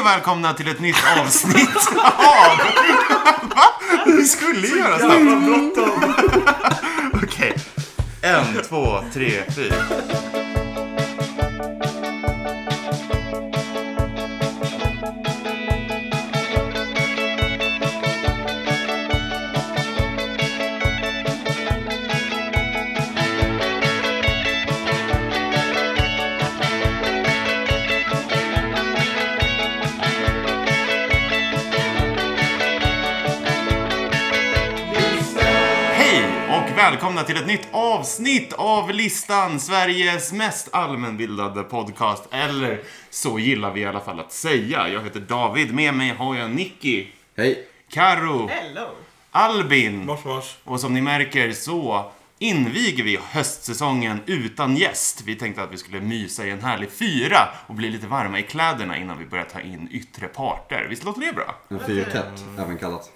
och välkomna till ett nytt avsnitt av... Va? Vi skulle göra så. Jävla bråttom! Okej. En, två, tre, fyra. Hej och välkomna till ett nytt avsnitt av Listan, Sveriges mest allmänbildade podcast. Eller så gillar vi i alla fall att säga. Jag heter David, med mig har jag Nicky, Hej. Karo, Hello! Albin. Mars, mars. Och som ni märker så inviger vi höstsäsongen utan gäst. Vi tänkte att vi skulle mysa i en härlig fyra och bli lite varma i kläderna innan vi börjar ta in yttre parter. Visst låter det bra? En fyrtätt, även kallat.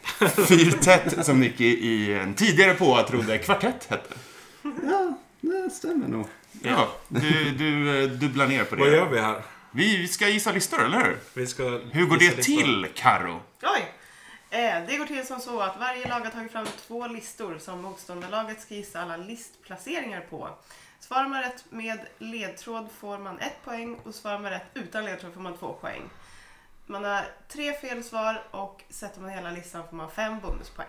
Fyrtett, som Nicky i en tidigare på trodde kvartett hette. Ja, det stämmer nog. Ja, du, du eh, dubblar ner på Vad gör det. vi här? Vi ska gissa listor, eller hur? Vi ska... Hur går det till, Karo? Oj! Eh, det går till som så att varje lag har tagit fram två listor som motståndarlaget ska gissa alla listplaceringar på. Svarar man rätt med ledtråd får man ett poäng och svarar man rätt utan ledtråd får man två poäng. Man har tre fel svar och sätter man hela listan får man fem bonuspoäng.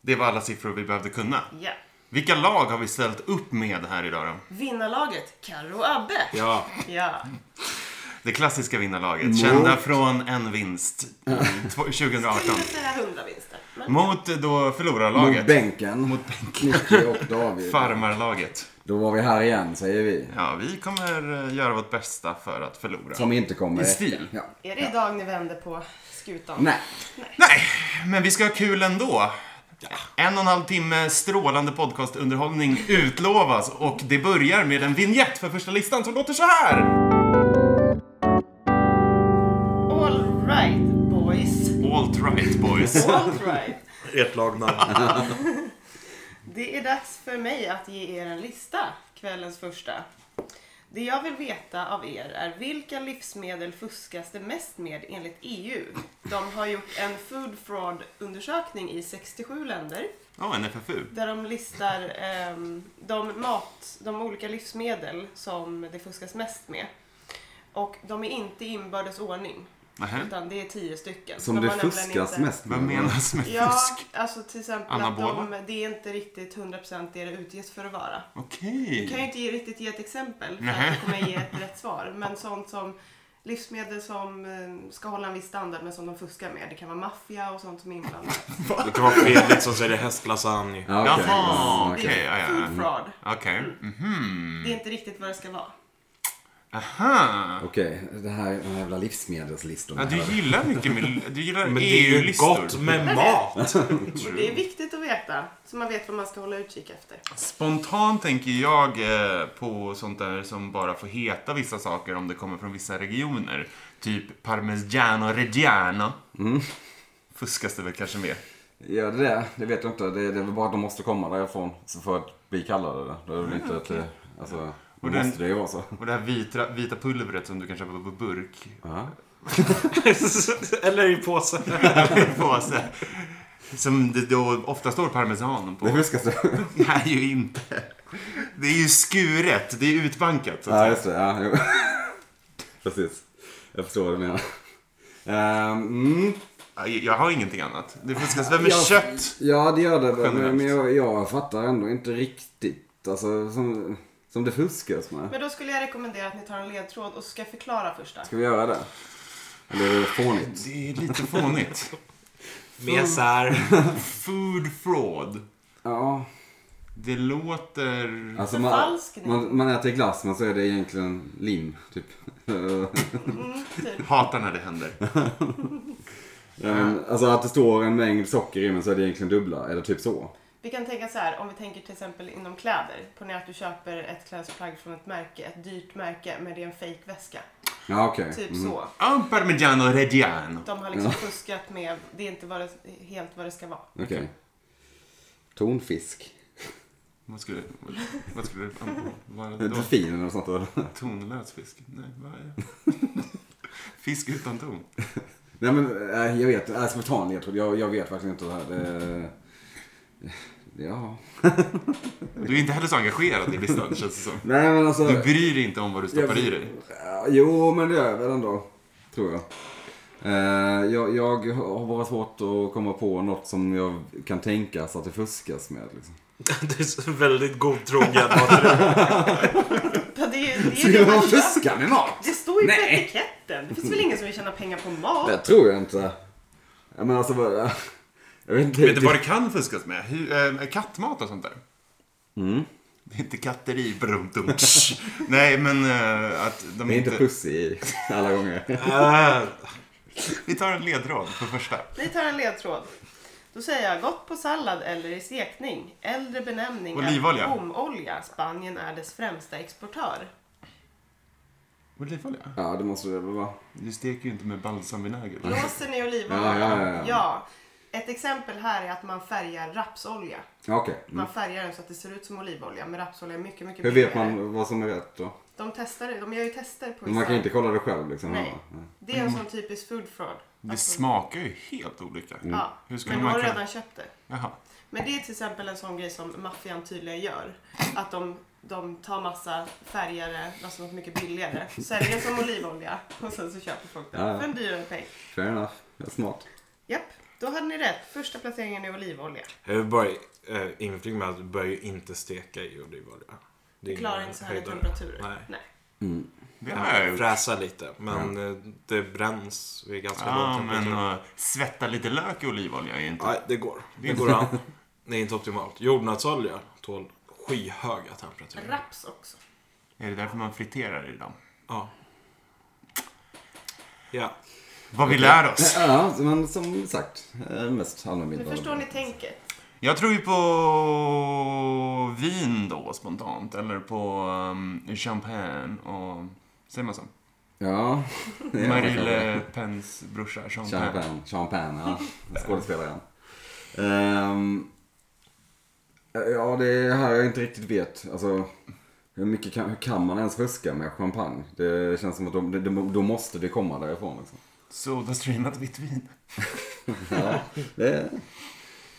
Det var alla siffror vi behövde kunna. Ja! Vilka lag har vi ställt upp med här idag då? Vinnarlaget, Karro och Abbe! Ja, Ja. Det klassiska vinnarlaget, kända från en vinst i tw- 2018. Skulle säga hundravinster. Men Mot då Mot förlorarlaget, bänken. Mot bänken. Nicky och David. farmarlaget. Då var vi här igen, säger vi. Ja, vi kommer eh, göra vårt bästa för att förlora. Som inte kommer I stil. Ja. är det idag ni vänder på skutan? Nej. Nej, men vi ska ha kul ändå. En och en halv timme strålande podcastunderhållning utlovas och det börjar med en vignett för första listan som låter så här. All right, boys. Alt right boys. All right. ert lagnamn. Det är dags för mig att ge er en lista, kvällens första. Det jag vill veta av er är vilka livsmedel fuskas det mest med enligt EU? De har gjort en food fraud undersökning i 67 länder Ja, en FFU. där de listar ehm, de, mat, de olika livsmedel som det fuskas mest med. Och de är inte i inbördes ordning, Nähä. utan det är tio stycken. Som De det har nämligen fuskas inte- mest Vad menas med Ja, fusk? alltså till exempel Anabola? att de, det är inte riktigt 100% det det utges för att vara. Jag kan ju Okej. inte ge- riktigt ge ett exempel för Nej. att jag kommer ge ett rätt svar. Men sånt som livsmedel som eh, ska hålla en viss standard men som de fuskar med. Det kan vara maffia och sånt som är inblandat. Det kan vara Felix som säger hästlasagne. Ja, okej. Jaha, Ja, okej. okej. ja, mm. ja, Food fraud. ja. Okej. Mhm. Det är inte riktigt vad det ska vara. Aha. Okej, det här de här jävla livsmedelslistorna. Ja, du här. gillar mycket med, du gillar Men det är ju EU-listor. gott med mat. Och det är viktigt att veta så man vet vad man ska hålla utkik efter. Spontant tänker jag eh, på sånt där som bara får heta vissa saker om det kommer från vissa regioner. Typ parmigiano reggiano. Fuskas det väl kanske med. Ja, det där, det vet jag inte. Det, det är väl bara att de måste komma därifrån så för att bli kallade det. Det är väl inte att det, alltså, då Och den- måste det ju vara så. Och det här vita, vita pulvret som du kan köpa på burk. Ja. Eller i påse. Påse. Som det då ofta står parmesan Det på. fuskas det. Nej, ju inte. Det är ju skuret. Det är utbankat. Så att Ja, säga. just det. Ja, jo. Precis. Jag förstår vad du menar. Ehm, mm. Ja, Jag har ingenting annat. Det fuskas väl med Jag- kött? Ja, det gör det. väl, Generellt. Men, men jag, jag fattar ändå inte riktigt. Alltså, som, som det fuskas med. Men då skulle jag rekommendera att ni tar en ledtråd och så ska jag förklara första. Ska vi göra det? Eller är det fånigt? Det är lite fånigt. Mesär. Food fraud. Ja. Det låter... Alltså, man, Förfalskning. man, man äter glass, men så är det egentligen lim, typ. Mm, typ. Hatar när det händer. Ehm, alltså att det står en mängd socker i, men så är det egentligen dubbla. Eller typ så. Vi kan tänka så här, om vi tänker till exempel inom kläder. Ponera att du köper ett klädesplagg från ett märke, ett dyrt märke, men det är en fejkväska. Ja, okej. Typ Mm. så. Ah, parmigiano reggiano. De har liksom fuskat med, det är inte vad det, helt vad det ska vara. Okej. Tonfisk. Vad skulle, vad skulle det vara? Delfin eller något sånt. eller? Tonlös fisk? Nej, vad är det? Fisk utan ton. Nej men eh, jag vet, äh, ska vi ta en ledtråd? Jag, jag vet verkligen inte. Det här. Det, ja. Du är inte heller så engagerad i listan, känns det som. Nej men alltså. Du bryr dig inte om vad du stoppar i dig. Ja, Jo men det gör jag väl ändå. Tror jag. Eh, jag. Jag har bara svårt att komma på något som jag kan tänka så att det fuskas med. Liksom. Du är så väldigt godtrogen. Patrik. Ja, det, är- det, är Skulle det, man man köper. fuska med mat? det står ju på Nej. etiketten. Det finns väl ingen som vill tjäna pengar på mat? Det tror jag inte. Ja, Men alltså vad- Jag vet inte. Vet du vad det kan fuskas med? Hur, eh, kattmat och sånt där. Mm. Det är inte katteri, brum, dum, tsch. Nej, men eh, att de Det är inte inte... puss i alla gånger. Äh, Vi tar en ledtråd för första. Vi tar en ledtråd. Då säger jag gott på sallad eller i stekning. Äldre benämning Olivolja. är bomolja. Spanien är dess främsta exportör. Olivolja? Ja, det måste det väl vara. Du steker ju inte med balsamvinäger. Blåsen i Ja, olivolja. ja, ja, ja. Ett exempel här är att man färgar rapsolja. Ja, Okej. Mm. Man färgar den så att det ser ut som olivolja. Men rapsolja är mycket, mycket Hur vet billigare. man vad som är rätt då? De testar det. De gör ju tester på Men Man kan inte kolla det själv liksom. Nej. Ja. Det är en sån typisk food fraud. Det Alltså, smakar ju helt olika. Ja, Hur ska men de man har kunna- redan köpt det. Jaha. Men det är till exempel en sån grej som maffian tydligen gör. Att de, de tar massa färgare, alltså något mycket billigare, säljer som olivolja och sen så köper folk det Ja, ja. för en dyrare peng. Fair enough. Det är smart. Japp, då hade ni rätt. Första placeringen är olivolja. jag vill bara eh, inflika med att du bör ju inte steka i olivolja. Det Det är klarar ingen inte så höga höjdare. temperaturer. Nej. Det har jag gjort. Fräsa lite, men eh, det bränns vid ganska låg Ja, temperatur. men att svetta lite lök i olivolja är inte... Nej, det går. Det går an. Det är inte optimalt. Jordnötsolja tål skyhöga temperaturer. Raps också. Är det därför man friterar i dem? Ja. Ja. Vad vi lär oss. Ja, men som sagt. eh, Mest Nu allmänbildande. förstår ni tänket. Jag tror ju på vin då, spontant. Eller på um, champagne och... Säger man så? Ja. det är Marie kanske. Le Pens brorsa, champagne. Champagne. Champagne, ja. Skådespelaren. Ehm, ja, det är här jag inte riktigt vet. Alltså, hur mycket kan, hur kan man ens fuska med champagne? Det känns som att de, de, då måste det komma därifrån. Liksom. Sodastreamat vitt vin. Ja, det,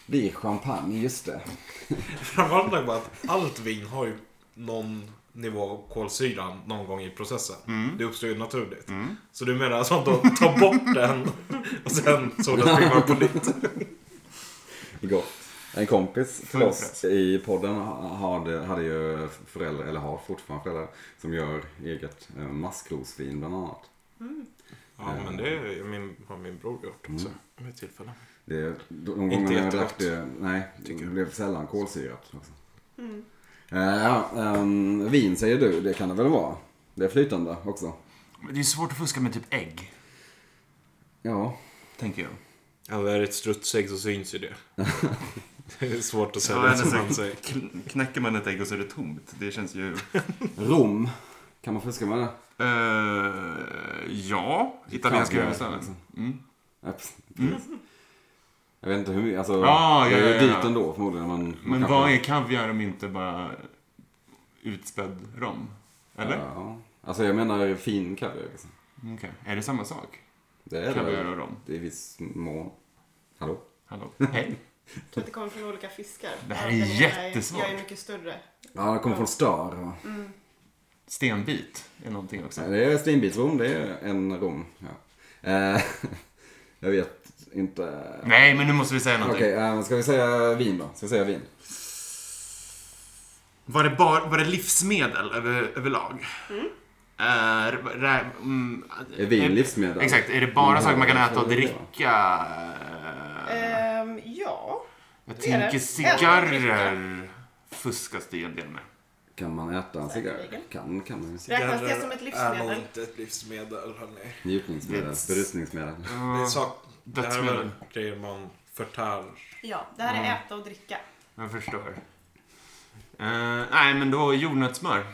det är champagne, just det. Framförallt bara att allt vin har ju någon nivå av kolsyra någon gång i processen. Det uppstår ju naturligt. Så du menar alltså att de tar bort den och sen sodastreamar på nytt? Igår. En kompis till Full oss i podden hade, hade ju föräldrar, eller har fortfarande föräldrar, som gör eget eh, maskrosvin bland annat. Ja, men det är ju min, har min bror gjort också. Vid tillfälle. Det, de gånger jag drack jättegott. det, nej, det blev sällan kolsyrat. Också. Eh, ja, ehm, vin säger du, det kan det väl vara? Det är flytande också. Men det är ju svårt att fuska med typ ägg, Ja, tänker jag. Ja, är det ett strutsägg så syns ju det. det är svårt att Ja, sälja eller som så- man säger. Kn- knäcker man ett ägg och så är det tomt. Det känns ju... rom. Kan man fuska med det? Eh, ja, italienska Franska, huvudstaden. Mm. Ja, precis. Eh, Jag vet inte hur mycket, alltså. Ah, Ja, ja, det är ja, ju ja. dit ändå förmodligen. Men, man Men kanske- vad är kaviar om inte bara utspädd rom? Eller? Ja. Alltså jag menar fin kaviar liksom. Okej. Är det samma sak? Det är det Kaviar väl och rom? i viss mån. Hallå? Hallå? Hej. Jag tror att det kommer från olika fiskar. Typ. Det här är Den ena jättesvårt. Jag är mycket större. Ja, det kommer från stör. och- Stenbit är någonting också. Ja, Det är stinbitsrom, det är en rom. Ja. Eh, jag vet inte. Nej, men nu måste vi säga Okej, någonting. eh, ska vi säga vin då? Ska vi säga vin? Var, det bara, var det livsmedel över, överlag? Mm. Är, rä- mm, Är vin livsmedel? Exakt, är det bara Mm. saker man kan äta och Ja. dricka? Ehm, ja. Jag det är tänker det. cigarrer fuskas det ju en del med. Kan man äta en cigarr? Säkerligen. Kan, kan man. Räknas det som ett är nog livsmedel? inte ett livsmedel, hörni. Njutningsmedel, Yes. berusningsmedel. Det, är sak, det här är väl Dödsmedel. grejer man förtär. Ja, det här är äta och dricka. Jag förstår. Eh, nej, men då jordnötssmör.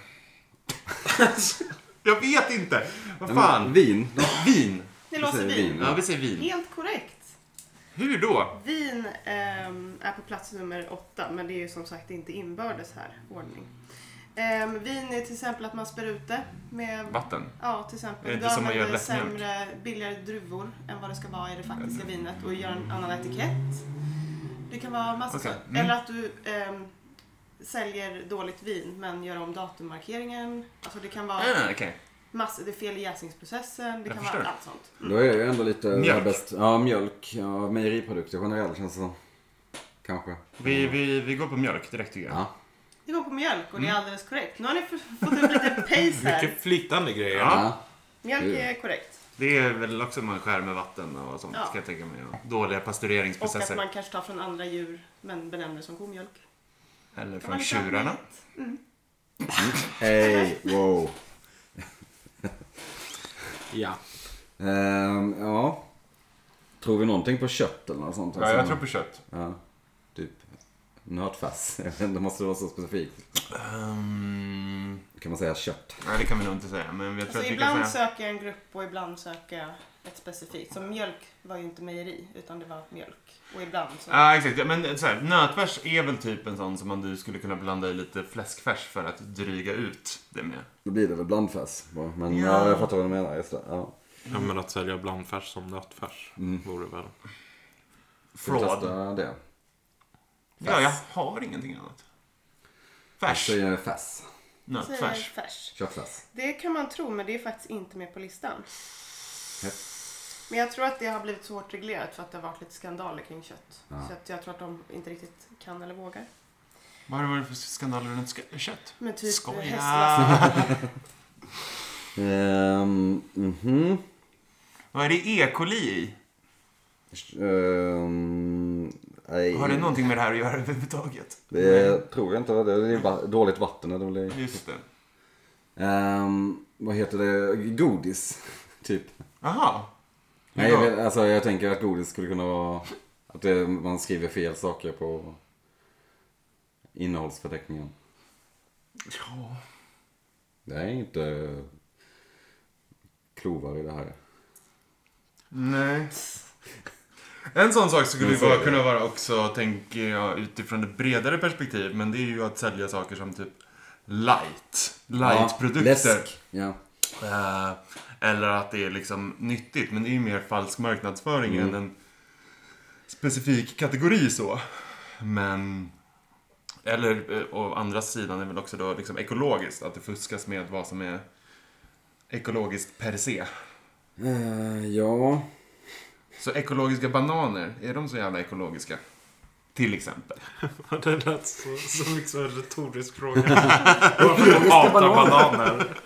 jag vet inte. Vad Men fan. Vin? då? Vin. Ni Vi låser säger vin. Ja, vi säger vin. Helt korrekt. Hur då? Vin ehm, är på plats nummer åtta, men det är ju som sagt inte inbördes här ordning. Ehm, vin är till exempel att man spär ut det med Vatten. Ja, till Det är exempel. inte Du som man gör använder lättmjölk. Mm. sämre, billigare druvor än vad det ska vara i det faktiska vinet och gör en annan etikett. Det kan vara massa Okej, saker. mm. Eller att du ehm, säljer dåligt vin men gör om datummarkeringen. Alltså det kan vara Ah, okej. massor, det är fel i jäsningsprocessen. Det Jag kan förstår. vara allt sånt. Då är jag ändå lite... Mjölk. Bäst. Ja, mjölk. Ja, mejeriprodukter generellt känns det som. Kanske. Vi, vi, vi går på mjölk direkt tycker jag. Ja. Det går på mjölk och det Mm. är alldeles korrekt. Nu har ni f- fått upp lite pace här. Mycket flytande grejer. Ja. Ja. Mjölk är korrekt. Det är väl också att man skär med vatten och sånt Ja. kan jag tänka mig. Och dåliga Och pastöriseringsprocesser. att man kanske tar från andra djur men benämner det som komjölk. Eller Kan från man lite tjurarna. allt möjligt. Ey, wow. Ja. Ehm, ja. Tror vi någonting på kött eller något sånt? Alltså, på kött. Ja, typ. Nötfärs. Jag vet inte, Det måste vara så specifikt. Um, Kan man säga kött? nej, det kan vi nog inte säga. Men jag tror Alltså, att vi kan ibland säga... söker jag en grupp och ibland söker jag ett specifikt. Som mjölk var ju inte mejeri utan det var mjölk. Och ibland så... Ja, exakt. Ja, Men så här, nötfärs är väl typ en sån som man du skulle kunna blanda i lite fläskfärs för att dryga ut det med. Då blir det väl blandfärs. va? Men Ja. ja. jag fattar vad du menar. Just det. Ja. Mm. ja men att sälja blandfärs som nötfärs vore väl... Ska vi Fraud. testa det? Ja, jag har ingenting annat. Färs. Jag säger färs. Säger Nötfärs. färs. Köttfärs. Det kan man tro men det är faktiskt inte med på listan. Nej. Men jag tror att det har blivit så hårt reglerat för att det har varit lite skandaler kring kött. Så att jag tror att de inte riktigt kan eller vågar. Vad har det varit för skandaler runt sk- kött? Men typ Skoja. hästlastning. Ehm, mhm. Vad är det E. coli i? Ehm, nej. Har det någonting med det här att göra överhuvudtaget? Det tror jag inte. va? Det är va- dåligt vatten. Är dålig. Just det. Ehm, vad heter det? Godis. Typ. Aha. Nej, Ja. jag, vet, alltså, jag tänker att godis skulle kunna vara att det, man skriver fel saker på innehållsförteckningen. Ja. Det är inte klovar i det här. Nej. En sån sak skulle ju Men så är vara, det. kunna vara också, tänker jag, utifrån ett bredare perspektiv. Men det är ju att sälja saker som typ light. Ja, Light-produkter. läsk. Ja. Eh, eller att det är liksom nyttigt. Men det är ju mer falsk marknadsföring Mm. än en specifik kategori så. Men... Eller eh, å andra sidan är väl också då liksom ekologiskt. Att det fuskas med vad som är ekologiskt per se. Eh, ja. Så ekologiska bananer, är de så jävla ekologiska? Till exempel. det lät så, så mycket som en retorisk fråga. Varför de hatar bananer?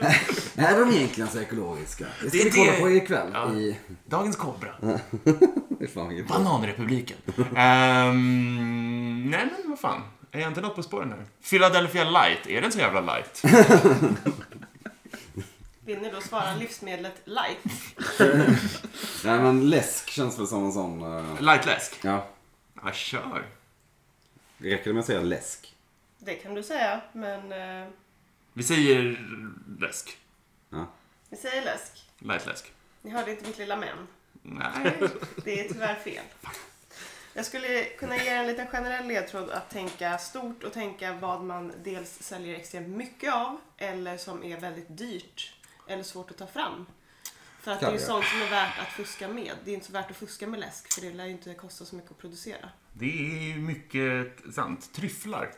Är de egentligen så ekologiska? Det Det är ska vi kolla det- på ikväll. Ja. I... Dagens kobra. Det är fan vilket bra. Bananrepubliken. Ehm, nej men vad fan. Är jag inte något på spåren här? Philadelphia light, är den så jävla light? Vill ni då svara livsmedlet light? Nej men läsk känns väl som en sån... eh, Lightläsk? Ja. Ja, kör. Räcker det med att säga läsk? Det kan du säga men eh, Vi säger läsk. vi säger läsk. Lightläsk. Ni hörde inte mitt lilla men. Nej. Det är tyvärr fel. Jag skulle kunna ge er en liten generell ledtråd att tänka stort och tänka vad man dels säljer extremt mycket av eller som är väldigt dyrt eller svårt att ta fram. För att det är ju Kaviar. sånt som är värt att fuska med. Det är inte så värt att fuska med läsk för det lär ju inte kosta så mycket att producera. Det är ju mycket sant. Tryfflar.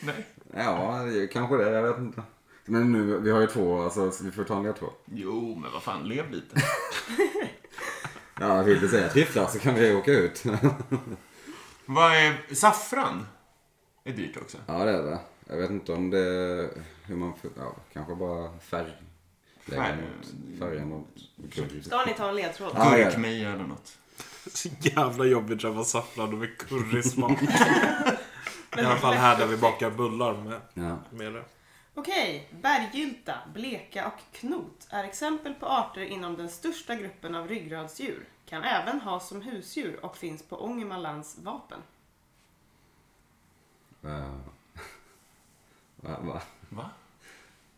Nej. Ja, det är kanske det. Jag vet inte. Men nu, vi har ju två, alltså så vi får ta en ledtråd. Jo, men vad fan, lev lite. Ja, vill du säga tryfflar så kan vi åka ut. vad är... Saffran? Är dyrt också. Ja, det är det. Jag vet inte om det hur man... Ja, kanske bara färg. Lägga Färg. något. Färga något. Ska ni ta en ledtråd? Ah, Ja, ja. Gurkmeja eller något. Så jävla jobbigt att vara saffran och med currysmak. I alla fall här där vi bakar bullar med, Ja. med det. Okej, berggylta, bleka och knot är exempel på arter inom den största gruppen av ryggradsdjur. Kan även has som husdjur och finns på Ångermanlands vapen. Uh, va, va? Va?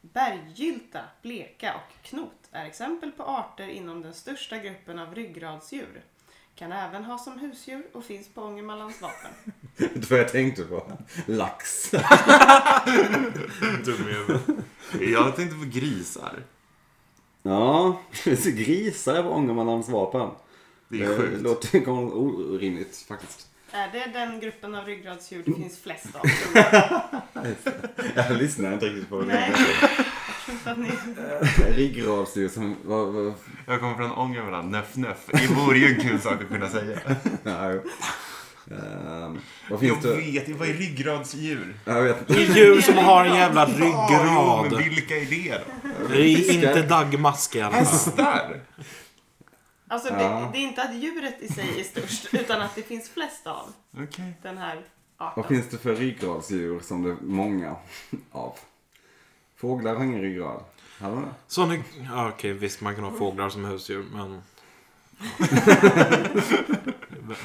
Berggylta, bleka och knot är exempel på arter inom den största gruppen av ryggradsdjur. Kan även ha som husdjur och finns på Ångermanlands vapen. Det var vad jag tänkte på. Lax. Dum i huvudet. Jag tänkte på grisar. Ja, det finns ju grisar på Ångermanlands vapen. Det Eh, är Det sjukt. låter ju orimligt faktiskt. Är det den gruppen av ryggradsdjur det finns flest av? Jag lyssnar inte riktigt på Nej. det. Jag tror inte att ni... Ryggradsdjur som... Vad, vad, Jag kommer från Ångermanland. Nöff, nöff. Det vore ju en kul sak att kunna säga. nej. Ehm, vad Jag finns det? vet inte. Vad är ryggradsdjur? Jag vet inte. Det är djur som har en jävla Ja, jo, men ryggrad. vilka är det då? Det är inte daggmask i alla fall. Hästar? Alltså, Ja. det, det är inte att djuret i sig är störst, utan att det finns flest av Okej. den här Vad arten. finns det för ryggradsdjur som det är många av? Fåglar har ingen ryggrad. Har de det? Sån är... ja, Okej, visst man kan ha fåglar som husdjur, men...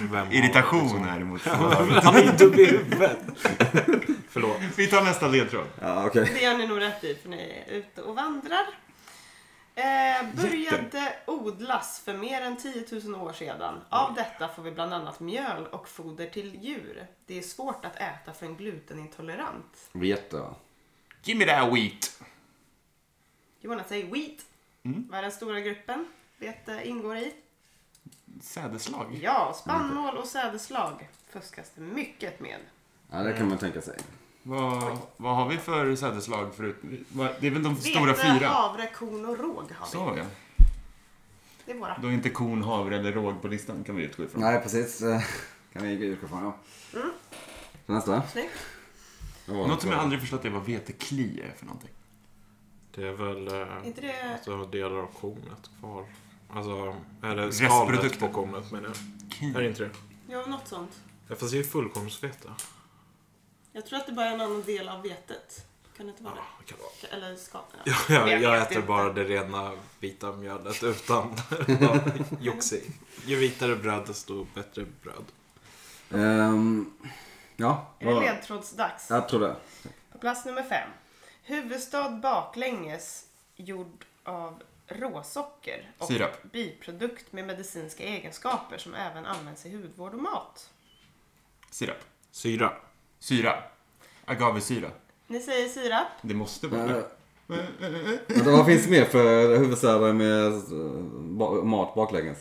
Vem har- Irritation däremot. Han är dum i huvudet. Förlåt. Vi tar nästa ledtråd. Ja, okej. Det gör ni nog rätt i, för ni är ute och vandrar. Eh, började odlas för mer än 10 000 år sedan. Av detta får vi bland annat mjöl och foder till djur. Det är svårt att äta för en glutenintolerant. Vete va? Give me that wheat. Jonas säger wheat. Mm. Vad är den stora gruppen vete ingår i? Sädeslag. Ja, spannmål och sädeslag fuskas det mycket med. Ja, det kan man tänka sig. Vad, vad har vi för sädeslag förut? Vad- Det är väl de stora vete, fyra? havre, korn och råg har vi. Så ja. Det är våra. Då är inte kon, havre eller råg på listan kan vi utgå ifrån. Nej, precis. Eh, Kan vi utgå från ja. Nästa. Mm. Snyggt. Vad var det Något som för- jag aldrig förstått är vad vetekli är för någonting. Det är väl... eh, Inte det- Alltså delar av kornet kvar. Alltså, eller skalet Restprodukter. på kornet menar jag. Ki. Är det inte det? Ja, något sånt. Ja, fast det är ju fullkornsvete. Jag tror att det bara är en annan del av vetet. Kan det inte vara det? Det kan vara. Eller skalet? Ja, jag, jag Vet äter inte. bara det rena vita mjölet utan jox i. Ju vitare bröd desto bättre bröd. Ehm, ja, Är det vad- ledtrådsdags? jag tror det. På plats nummer fem. Huvudstad baklänges gjord av råsocker och Sirap. biprodukt med medicinska egenskaper som även används i hudvård och mat. Sirap. Syra. Syra. Agavesyra. Ni säger sirap. Det måste vara Eh, det. Vänta, vad finns det mer för huvudstäder med eh, ba- mat baklänges?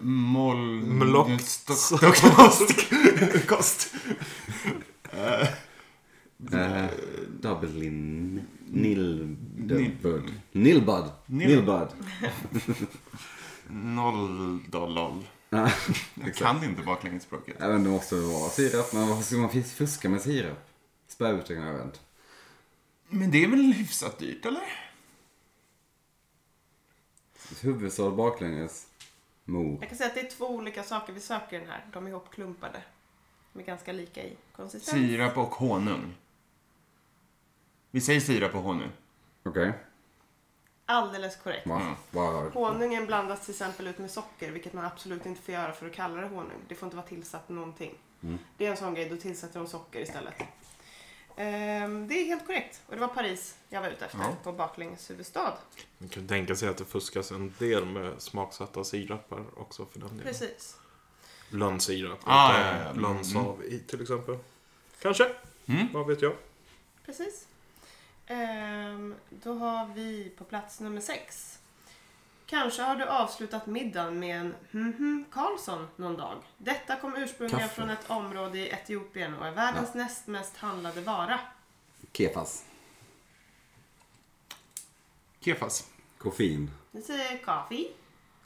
Moll... Mlock. Kost. Kost. Eh, Dublin. Nilbud. Nilbud. Nilbud. Nil- Nilbud. Noll då loll. Ja, Jag kan inte baklängesspråket. Jag vet inte, det måste väl vara sirap. Men varför ska man fis- fuska med sirap? Spä ut det, jag vet inte. Men det är väl hyfsat dyrt, eller? Huvudstad baklänges. Mo. Jag kan säga att det är två olika saker vi söker i den här. De är ihopklumpade. De är ganska lika i konsistens. Sirap och honung. Vi säger sirap och honung. Okej. Alldeles korrekt. Va? Va? Honungen blandas till exempel ut med socker, vilket man absolut inte får göra för att kalla det honung. Det får inte vara tillsatt någonting. Det är en sån grej, då tillsätter de socker istället. Ehm, det är helt korrekt. Och det var Paris jag var ute efter, Ja. på baklänges huvudstad. Man kan tänka sig att det fuskas en del med smaksatta sirapar också för den delen. Precis. Lönnsirap Ah, utan ja, ja, ja. Mm, lönnsav i till exempel. Kanske. Mm. Vad vet jag? Precis. Ehm, då har vi på plats nummer sex. Kanske har du avslutat middagen med en mhm Karlsson någon dag. Detta kom ursprungligen Kaffe. från ett område i Etiopien och är världens näst mest handlade vara. Kefas. Kefas. Koffein. Nu säger jag kaffe.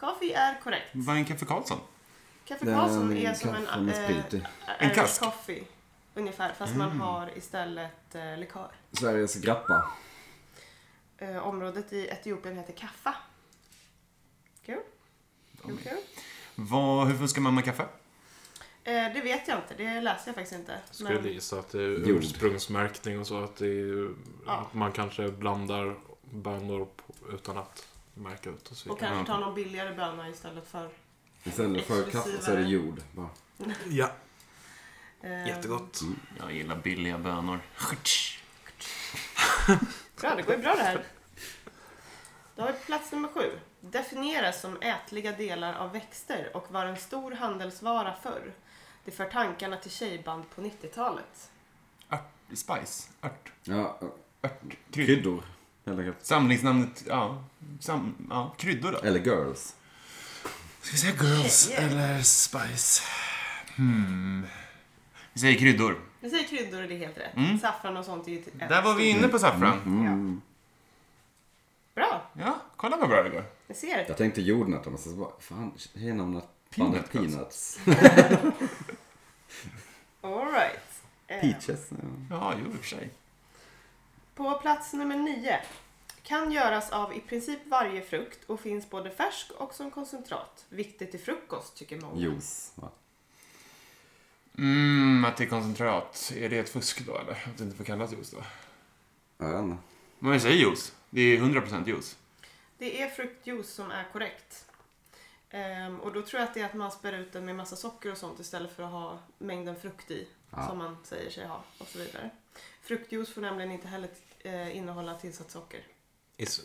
Kaffe är korrekt. Vad är en kaffe Karlsson? Kaffe Det är Karlsson en är som kaffe en... med eh, sprit i. En Irish kask. coffee. Ungefär, fast man har istället eh, likör. Sveriges grappa. Eh, området i Etiopien heter Kaffa. Kul. Kul, kul. Vad, hur fuskar man med kaffe? Eh, det vet jag inte, det läste jag faktiskt inte. Skulle Men gissa att det är Jord. ursprungsmärkning och så. Att, det är, Ja. att man kanske blandar bönor på, utan att märka ut och så och vidare. kanske ta någon billigare bönor istället för... Istället för kaffe så är det jord. Va? Ja, Eh, jättegott. Jag gillar billiga bönor. Bra, det går ju bra det här. Då har vi plats nummer sju. Definieras som ätliga delar av växter och var en stor handelsvara förr. Det för tankarna till tjejband på 90-talet. Ört, spice, ört, Ja, eh, ört, krydd. kryddor. Helt enkelt. Samlingsnamnet, ja. Sam, ja. Kryddor då? Eller girls. Ska vi säga girls Tjejer. eller spice? Hmm. Vi säger kryddor. Vi säger kryddor och det är helt rätt. Mm. Saffran och sånt är ju till Där var vi inne på saffran. Mm. Bra, Ja, kolla vad bra det går. ni ser. Jag tänkte jordnötter, men så bara, fan, tjejnamnet bandet Peanut, Peanuts. Alright. Peaches. Ja, jo i och för sig. På plats nummer nio. Kan göras av i princip varje frukt och finns både färsk och som koncentrat. Viktigt till frukost tycker många. Juice. va? Mm, att det är koncentrat. Är det ett fusk då eller? Att det inte får kallas juice då? Ja, jag vet inte. Men vi säger juice. Det är 100% juice. Det är fruktjuice som är korrekt. Ehm, och då tror jag att det är att man spär ut den med massa socker och sånt istället för att ha mängden frukt i. Ja. Som man säger sig ha och så vidare. Fruktjuice får nämligen inte heller eh, innehålla tillsatt socker. Is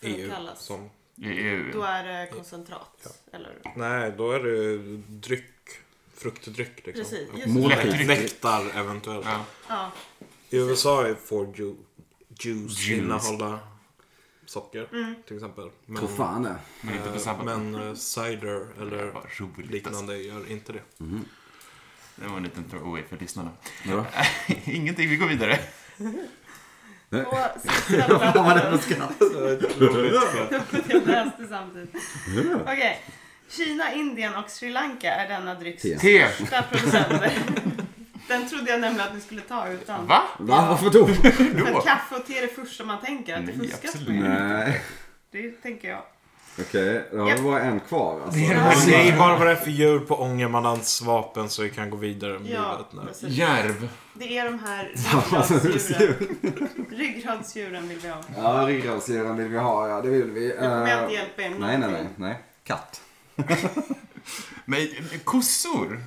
För att EU kallas. E som... Liksom. Det är Då är det koncentrat. Eller, Nej, då är det dryck. Fruktdryck liksom. precis. Ja. Just, Mål- Läkt- Läktryck. Läktar eventuellt. Ja. ja, I USA får ju, juice, Juice. innehålla socker mm. till exempel. Men, Tror fan det. Men inte på eh, sabbat. men eh, cider eller Vad roligt alltså. liknande gör inte det. Det var en liten throwaway för lyssnarna. Mhm. Vadå? Ingenting, vi går vidare. på sista plats. Jag läste samtidigt. Okej. Kina, Indien och Sri Lanka är denna drycks Te. Te. största producenter. Den trodde jag nämligen att ni skulle ta utan. Va? Va? Varför då? För Då? att kaffe och te är det första man tänker att det Nej, fuskas absolut. med. Nej. Det tänker jag. Okej, då har vi bara en kvar. Alltså. Det är det här Men som Säg är bara vad det är för djur på Ångermanlands vapen så vi kan gå vidare med Ja, livet. nu. precis. järv. Det är de här Ryggradsdjuren. ryggradsdjuren. Ryggradsdjuren vill vi ha. Ja, ryggradsdjuren vill vi ha, ja det vill vi. Nu kommer jag Eh, inte hjälpa er med Nej, nej, nej. någonting. nej. Katt. Men eh, kossor.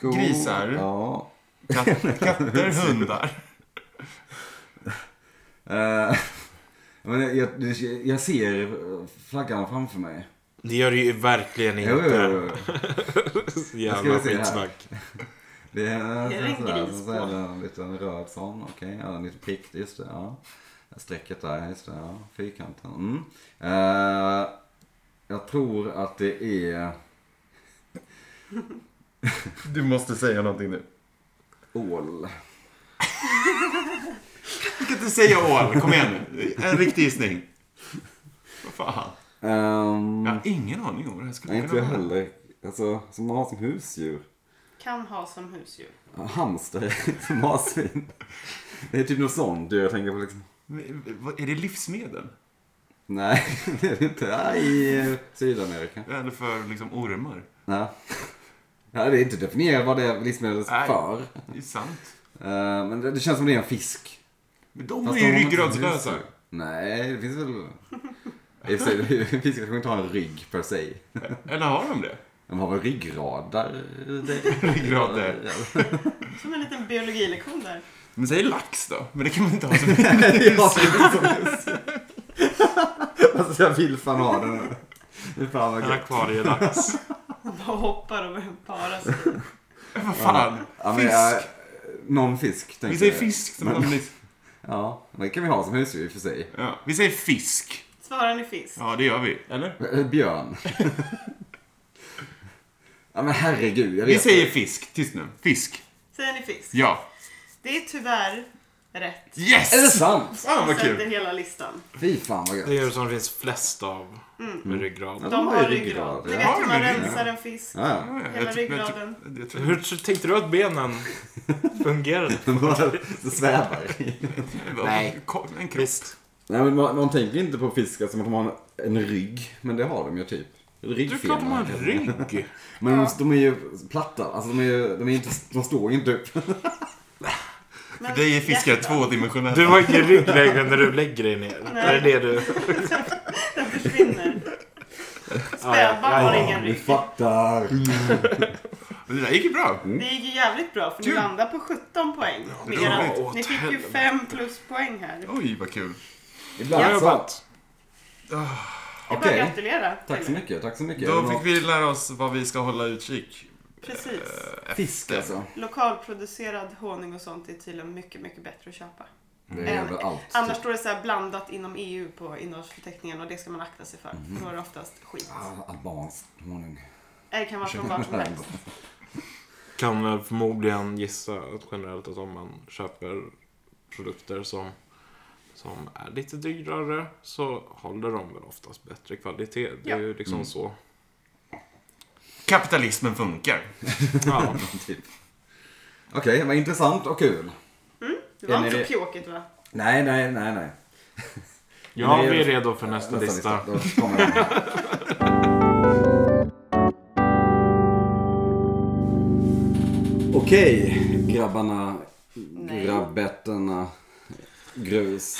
Ko. Grisar. Ja. Katt, katter, hundar. Eh, men jag, jag, jag ser flaggan framför mig. Det gör det ju verkligen Jo, jo, inte. jo. Jävla vi se här. skitsnack. Det är, Det är en sådär, gris så är på. det en liten röd sån, okej. Ja, en liten prick, just det. Ja. Strecket där, just det. Ja. Fyrkanten. Mm. Eh, jag tror att det är... Du måste säga någonting nu. Ål. Du kan inte säga ål. Kom igen nu. En riktig gissning. Vad fan. Ehm, Jag har ingen aning om vad det här skulle nej, inte jag vara. heller. Alltså, som man har som husdjur. Kan ha som husdjur. Hamster, marsvin. Det är typ något sånt du jag tänker på liksom. Men, vad- Är det livsmedel? Nej, det är det inte. Ah, I eh, Sydamerika. Eller för liksom ormar? Nej. Ja, det är inte definierat vad det är livsmedlet Nej. för. Det är sant. Eh, men det, det känns som det är en fisk. Men de Fast är ju alltså. de har inte ryggradslösa. husdjur. Nej, det finns väl... I och för sig, det är ju- fiskar kanske inte har en rygg per se. Eller har de det? De har väl ryggradar? Det- Ryggrader. Som en liten biologilektion där. Men säg lax då. Men det kan man inte ha som Ja, det är som husdjur. Alltså jag vill fan ha den. Det är fan vad En gött. akvarielax. Och bara hoppar och börjar para sig. Vad fan? Ja, men fisk. jag- någon fisk tänker Vi säger jag. fisk som Men- någon nyss. Ja, det kan vi ha som husdjur i och för sig. Ja, vi säger fisk. Svarar ni fisk? Ja, det gör vi. Eller? Eh, Björn. ja men herregud, jag Vi vet säger fisk. Tyst nu. Fisk. Säger ni fisk? Ja. Det är tyvärr rätt. Yes! det. Är det sant? Fan Ah, vad Sätter kul. hela listan. Fy fan vad Det är gött. djur som det finns flest av Mm. med ryggrad. Ja, De har har ju ryggrad. ryggrad. Ni vet Har hur de man en ryggrad? rensar en fisk. Ja, ja. Ja, ja. Hela Jag tror- jag ryggraden. tror- jag tror- Hur t- tänkte du att benen fungerade? De bara svävar. Nej. Ko- En kropp. Visst. Nej men man, man tänker inte på fiskar som att de har en, en rygg. Men det har de ju typ. Du är klart de har en Ryggfena. rygg. Men de, de är ju platta. Alltså de är ju, de är inte, de står ju inte upp. Men Det är fiskar hjärtat, tvådimensionella. Du har ju rygg längre när du lägger dig ner. Nej. Är det det du... Den försvinner. Spädbarn har ingen Du rygg. fattar. Men Det där gick ju bra. Mm. Det gick ju jävligt bra för ni Mm. Kul. landade på 17 poäng. det Medan- var åt ni fick ju helvete. 5 pluspoäng här. Oj, vad kul. Ibland så. jobbat. Det är bara Okej. att gratulera. till. Tack så mycket, tack så mycket. Då Är det fick vi lära oss vad vi ska hålla utkik Precis. eh, efter. Fisk alltså. Lokalproducerad honung och sånt är tydligen mycket, mycket bättre att köpa. Det Eh, är Än- väl allt. Annars typ. står det så här blandat inom EU på innehållsförteckningen och det ska man akta sig för. Mhm. För då är det oftast skit. Ah, Albansk honung. Det kan vara från vart som helst. Kan väl förmodligen gissa att generellt att om man köper produkter som, som är lite dyrare så håller de väl oftast bättre kvalitet. Det är ju liksom Mm. så. Kapitalismen funkar. Ja. typ. Okej, vad intressant och kul. Det var Är ni inte så re- pjåkigt va? Nej, nej, nej, nej. ja, Men det vi är- är redo för nästa lista. Då kommer den. Okej, grabbarna, Nej. grabbetterna, eh, grus.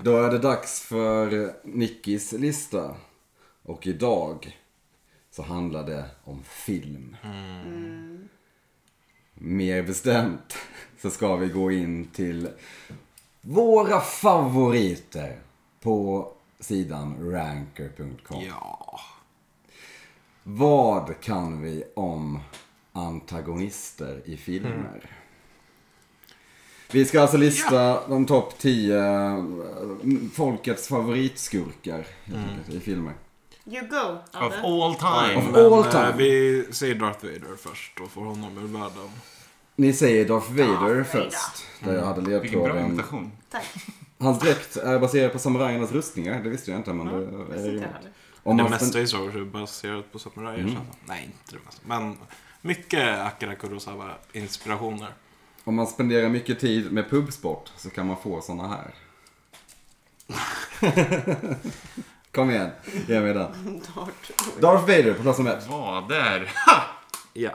Då är det dags för Nickis lista. Och idag så handlar det om film. Mer bestämt så ska vi gå in till våra favoriter på sidan ranker.com. Ja. Vad kan vi om antagonister i filmer? Vi ska alltså lista de topp 10 eh, folkets favoritskurkar helt enkelt, i filmer. You go, Of Adde. all time. Of all eh, time. vi säger Darth Vader först och får honom ur världen. Ni säger Darth Vader Vader. först. Där jag hade Vilken bra ledtråden. imitation. Tack. Hans dräkt är baserad på samurajernas rustningar. Det visste jag inte men det Det är sitter ju... jag här. Om det man Mm. mesta i Star Wars är baserat på samurajer. känns det. Nej, inte det mesta. Men mycket Akira Kurosawa-inspirationer. Om man spenderar mycket tid med pubsport så kan man få såna här. Kom igen, ge mig den. Dart. Darth Vader på plats nummer ett. Vad där? Ja.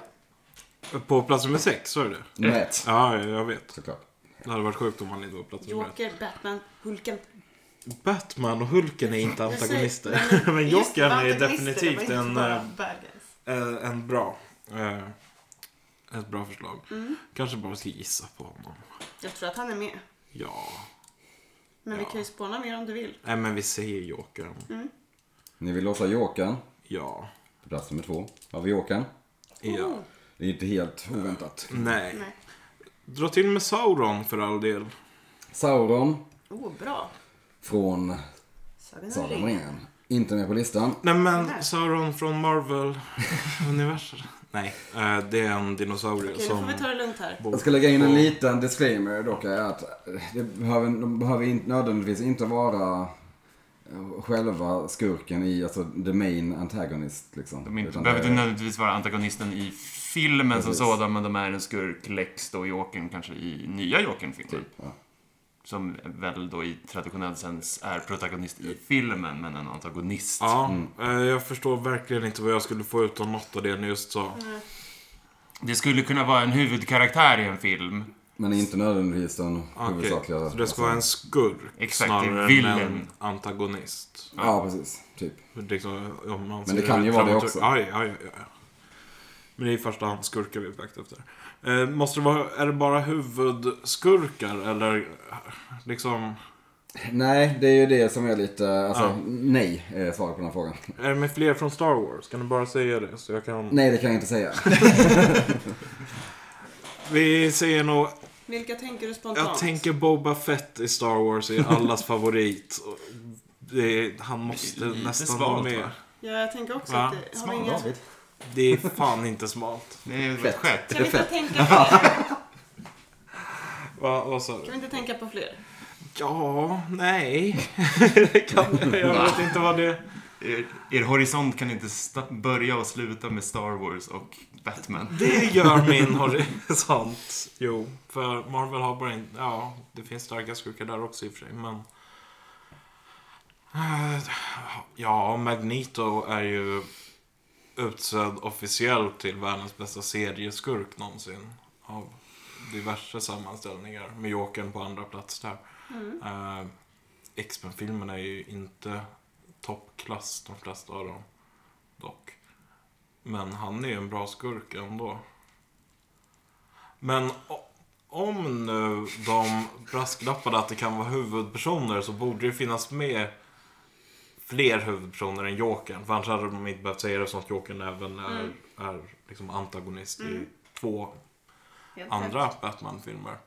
På plats nummer sex, så är det? Nummer ett, Ja, jag vet. såklart. Det hade varit sjukt om han inte var på plats nummer ett. Joker, Batman, Hulken. Batman och Hulken är inte Jag säger- antagonister. Men Just det, Jokern är antagonister, definitivt det var inte en, bara eh, bad guys. eh, en bra... eh, Ett bra förslag. Mm. Kanske bara ska gissa på honom. Jag tror att han är med. Ja. Men vi Ja. kan ju spåna mer om du vill. Nej, men vi säger Jokern. Mm. Ni vill låsa Jokern. Ja. På plats nummer två har vi Jokern. Ja. Det är inte helt oväntat. Nej. Oh. Nej. Dra till med Sauron för all del. Sauron Oh, bra. från Sagan om Sagan om ringen. ringen. Inte med på listan. Nej men Nej. Sauron från Marvel-universum. Nej, eh, det är en dinosaurie Okej, nu som... får vi ta det lugnt här. Jag ska lägga in en liten disclaimer dock. Är att det behöver, de behöver inte, nödvändigtvis inte vara eh, själva skurken i, alltså the main antagonist liksom. De är inte, Utan behöver det- inte nödvändigtvis vara antagonisten i filmen Precis. som sådan, men de är en skurk, Lex då, Jokern kanske i nya Jokern-filmen. Typ, ja. Som väl då i traditionell sens är protagonist i filmen, men en antagonist. Ja, eh, jag förstår verkligen inte vad jag skulle få ut av något av det ni just sa. Det skulle kunna vara en huvudkaraktär i en film. Men inte nödvändigtvis den Ah, Okej, huvudsakliga. så det ska vara en skurk Exakt, snarare villen. än en antagonist. Ja, precis. Typ. Liksom, om man Men det ser kan ju vara det dramatur- också. Ja, ja, ja, ja. Men det är i första hand skurkar vi är på jakt efter. Eh, måste det vara, är det bara huvudskurkar eller eh, liksom... Nej, det är ju det som är lite, alltså nej är svaret på den här frågan. Är det med fler från Star Wars? Kan du bara säga det så jag kan... Nej, det kan jag inte säga. Vi säger nog... Vilka tänker du Jag spontant? tänker Boba Fett i Star Wars är allas favorit. Och Det, han måste Lite nästan svalt, vara med. va? Ja, jag tänker också Va? att det... Har vi inga... Det är fan inte smalt. Det är väl Fett. ett skämt. Kan vi inte tänka på fler? Va, vad sa Kan du? vi inte tänka på fler? Ja, nej. Det kan jag. Jag vet inte vad det... Er, er horisont kan inte sta- börja och sluta med Star Wars och Batman. Det gör min horisont. Jo, för Marvel har bara inte... Ja, det finns starka skurkar där också i och för sig, men... Eh, Ja, Magneto är ju utsedd officiellt till världens bästa serieskurk någonsin. Av diverse sammanställningar, med Jokern på andra plats där. Eh, X-Men-filmerna är ju inte toppklass, de flesta av dem. Dock. Men han är ju en bra skurk ändå. Men o- om nu de brasklappade att det kan vara huvudpersoner så borde det finnas med fler huvudpersoner än Jokern. För annars hade de inte behövt säga det som att Jokern även är, är liksom antagonist i två Helt andra rätt. Batman-filmer.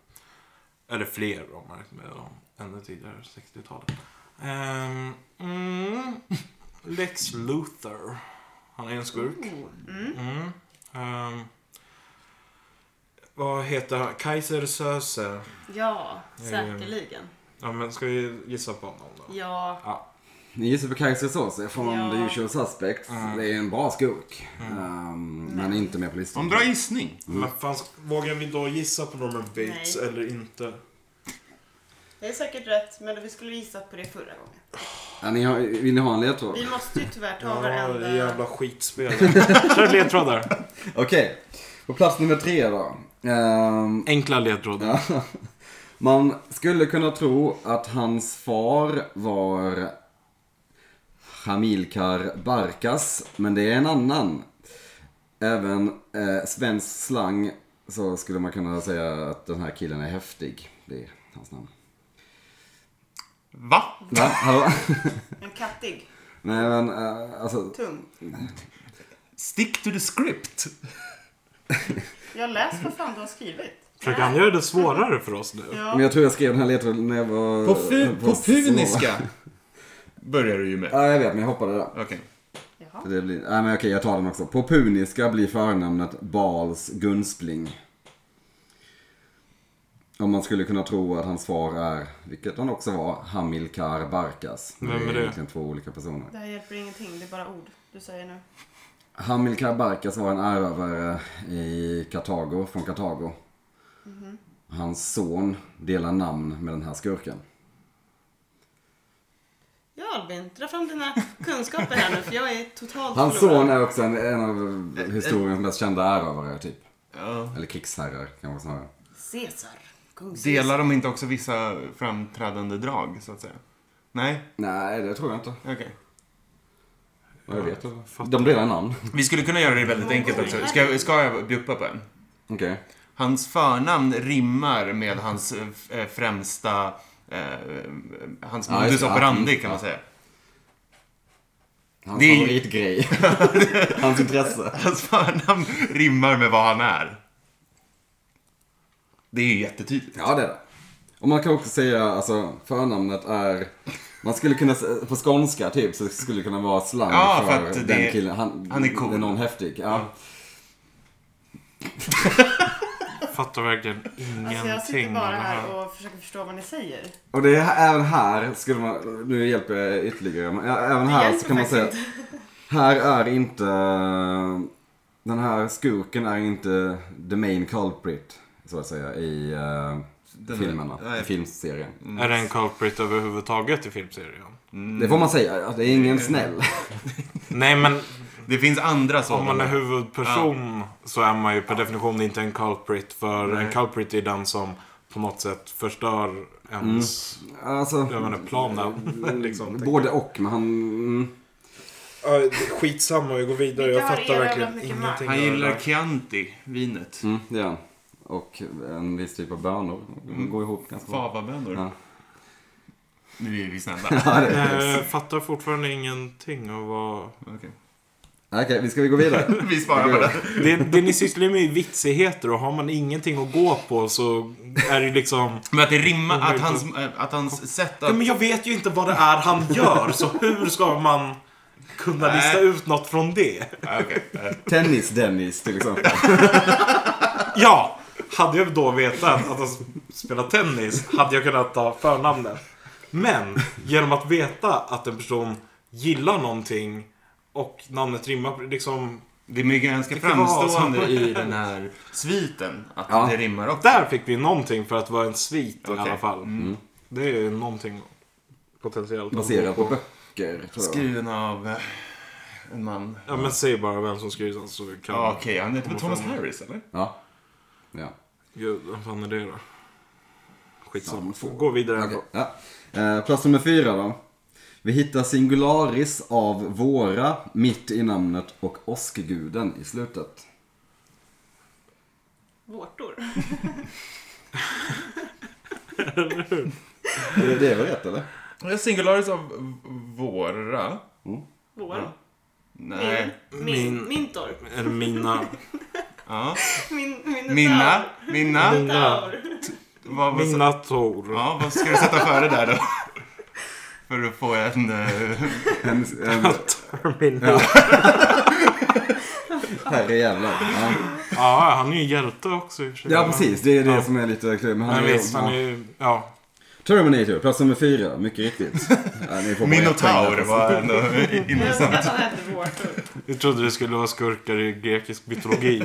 Eller fler om man räknar med dem. Ännu tidigare, 60-talet. Ehm, mm, Lex Luthor. Han är en skurk. Oh, mm. Mm. Ehm, vad heter han? Kaiser Söze. Ja, Ja, säkerligen. Ja, men ska vi gissa på honom då? Ja, Ni gissar på Kaiser Soze från Ja. The Usual Suspects. Mm. Det är en bra skurk. Ehm, men inte med på listan. En bra gissning. Mm. Men fan, vågar vi då gissa på Norman Bates Nej. eller inte? det är säkert rätt, men vi skulle gissat på det förra gången. ja, ni har, vill ni ha en ledtråd? Vi måste ju tyvärr ta Ja, det varenda... är jävla skitspel. Kör ledtrådar. Okej. På plats nummer tre då. Ehm, Enkla ledtrådar. ja. Man skulle kunna tro att hans far var Hamilkar Barkas, men det är en annan. Även eh, svensk slang så skulle man kunna säga att den här killen är häftig. Det är hans namn. Va? Va? Hallå? En kattig, Nej men eh, alltså, tung. Stick to the script. Jag läser vad fan du har skrivit. Försöker han göra det svårare för oss nu? men Ja, jag tror jag skrev den här ledtråden när jag var... På, fu- på små. puniska börjar du ju med. Ja jag vet men jag hoppade där. Okej. jaha. Det blir, nej men okej jag tar den också. På puniska blir förnamnet Bals Gunspling. Om man skulle kunna tro att hans far är, vilket han också var, Hamilkar Barkas. Men Vem är det? egentligen två olika personer. Det här hjälper ingenting, det är bara ord du säger nu. Hamilkar Barkas var en erövrare i Kartago, från Kartago. Hans son delar namn med den här skurken. Ja Albin, dra fram dina kunskaper här nu för jag är totalt Hans förlorad. son är också en, en av historiens mest kända erövrare typ. Ja. Eller krigsherrar kanske snarare. Caesar. Kung Caesar. Delar de inte också vissa framträdande drag, så att säga? Nej? Nej, det tror jag inte. Okej. Jag vet inte. Fattar. De delar namn. Vi skulle kunna göra det väldigt enkelt också. Ska, ska jag bjuppa på en? Okej. Hans förnamn rimmar med hans eh, f- eh, främsta... Eh, hans Ja, modus just det. operandi, Ja. kan man säga. Hans Det är- favoritgrej. Hans intresse. Hans förnamn rimmar med vad han är. Det är ju jättetydligt. Ja, det är det. Och man kan också säga, alltså förnamnet är... Man skulle kunna, s- på skånska typ, så skulle det kunna vara slang Ja, för, för att den det- killen. Han, han är cool. Det är någon häftig. Ja. Fattar verkligen Alltså jag sitter ingenting. av bara det här här. och försöker förstå vad ni säger. Och det är även här, skulle man, nu hjälper jag ytterligare, men ä- även här så hjälper kan man säga faktiskt att här är inte, den här skurken är inte the main culprit, så att säga, i uh, Den- filmerna, nej. i filmserien. Mm. Är det en culprit överhuvudtaget i filmserien? Det får man säga, att det är ingen snäll. Nej, men Det finns andra om man sådana. är huvudperson så är man ju per definition inte en culprit. För en culprit är den som på något sätt förstör ens Alltså, Mm. Mm, jag menar, planen. liksom. både och, men han... Mm. Ja, skitsamma, vi går vidare. Vilka Jag har fattar erövrat verkligen mycket ingenting. Han av det gillar där. Chianti, vinet. Mm, det gör han. Och en viss typ av bönor. De går ihop ganska bra. Favabönor. Mm. Ja. Nu är vi snälla. Ja, det är- Nej, Jag Eh, fattar fortfarande ingenting av vad... Okej. Okej, vi ska vi gå vidare? Vi svarar på det. Det, det ni sysslar med är vitsigheter och har man ingenting att gå på så är det liksom... Men att det rimmar, att hans, eh, att hans sätt Ja, att... men jag vet ju inte vad det är han gör, så hur ska man kunna lista Nej. ut något från det? Ah, okej. Eh, Tennis-Dennis till exempel. Ja! Hade jag då vetat att han spelar tennis hade jag kunnat ta förnamnet. Men genom att veta att en person gillar någonting och namnet rimmar på- liksom... Det är mycket ganska Tycker vad som- framstående i den här sviten. Att Ja. det rimmar också. Där fick vi någonting för att vara en svit i Okej. Mm. alla fall. Det är ju någonting potentiellt. att Baserat gå på böcker, Typ. tror jag. Skriven av eh, en man. Ja men säg bara vem som skriver den så vi kan... Ja, okej. Han heter väl Mm. Kommer Thomas fram. Harris, eller? Ja. ja. Gud, vad fan är det då? Skitsamma. Ja, får- Gå vidare. Okej, ja. Eh, plats nummer fyra då. Vi hittar singularis av våra mitt i namnet och åskguden i slutet. Vårtor. Är det, det är väl rätt eller? Singularis av våra. Vår. Nej. Min. Min. Min. Min torp. Eller mina. Ja. Min, min Minna. Minna. Mina. Vad, vad, Mina Tor. ja, vad ska du sätta före där då? För att få en... eh, En, en, Mina. herrejävlar. Ja. Ja, han är ju hjälte också i och för sig. ja, precis. Det är det Ja. som är lite kul. Men han Men är, visst, han är ju... Ja. Terminator, plats nummer fyra. Mycket riktigt. Ja, ni får bara ett Minotaur poäng. var ändå Jag intressant. önskar att han hette vår torp. Jag trodde det skulle vara skurkar i grekisk mytologi.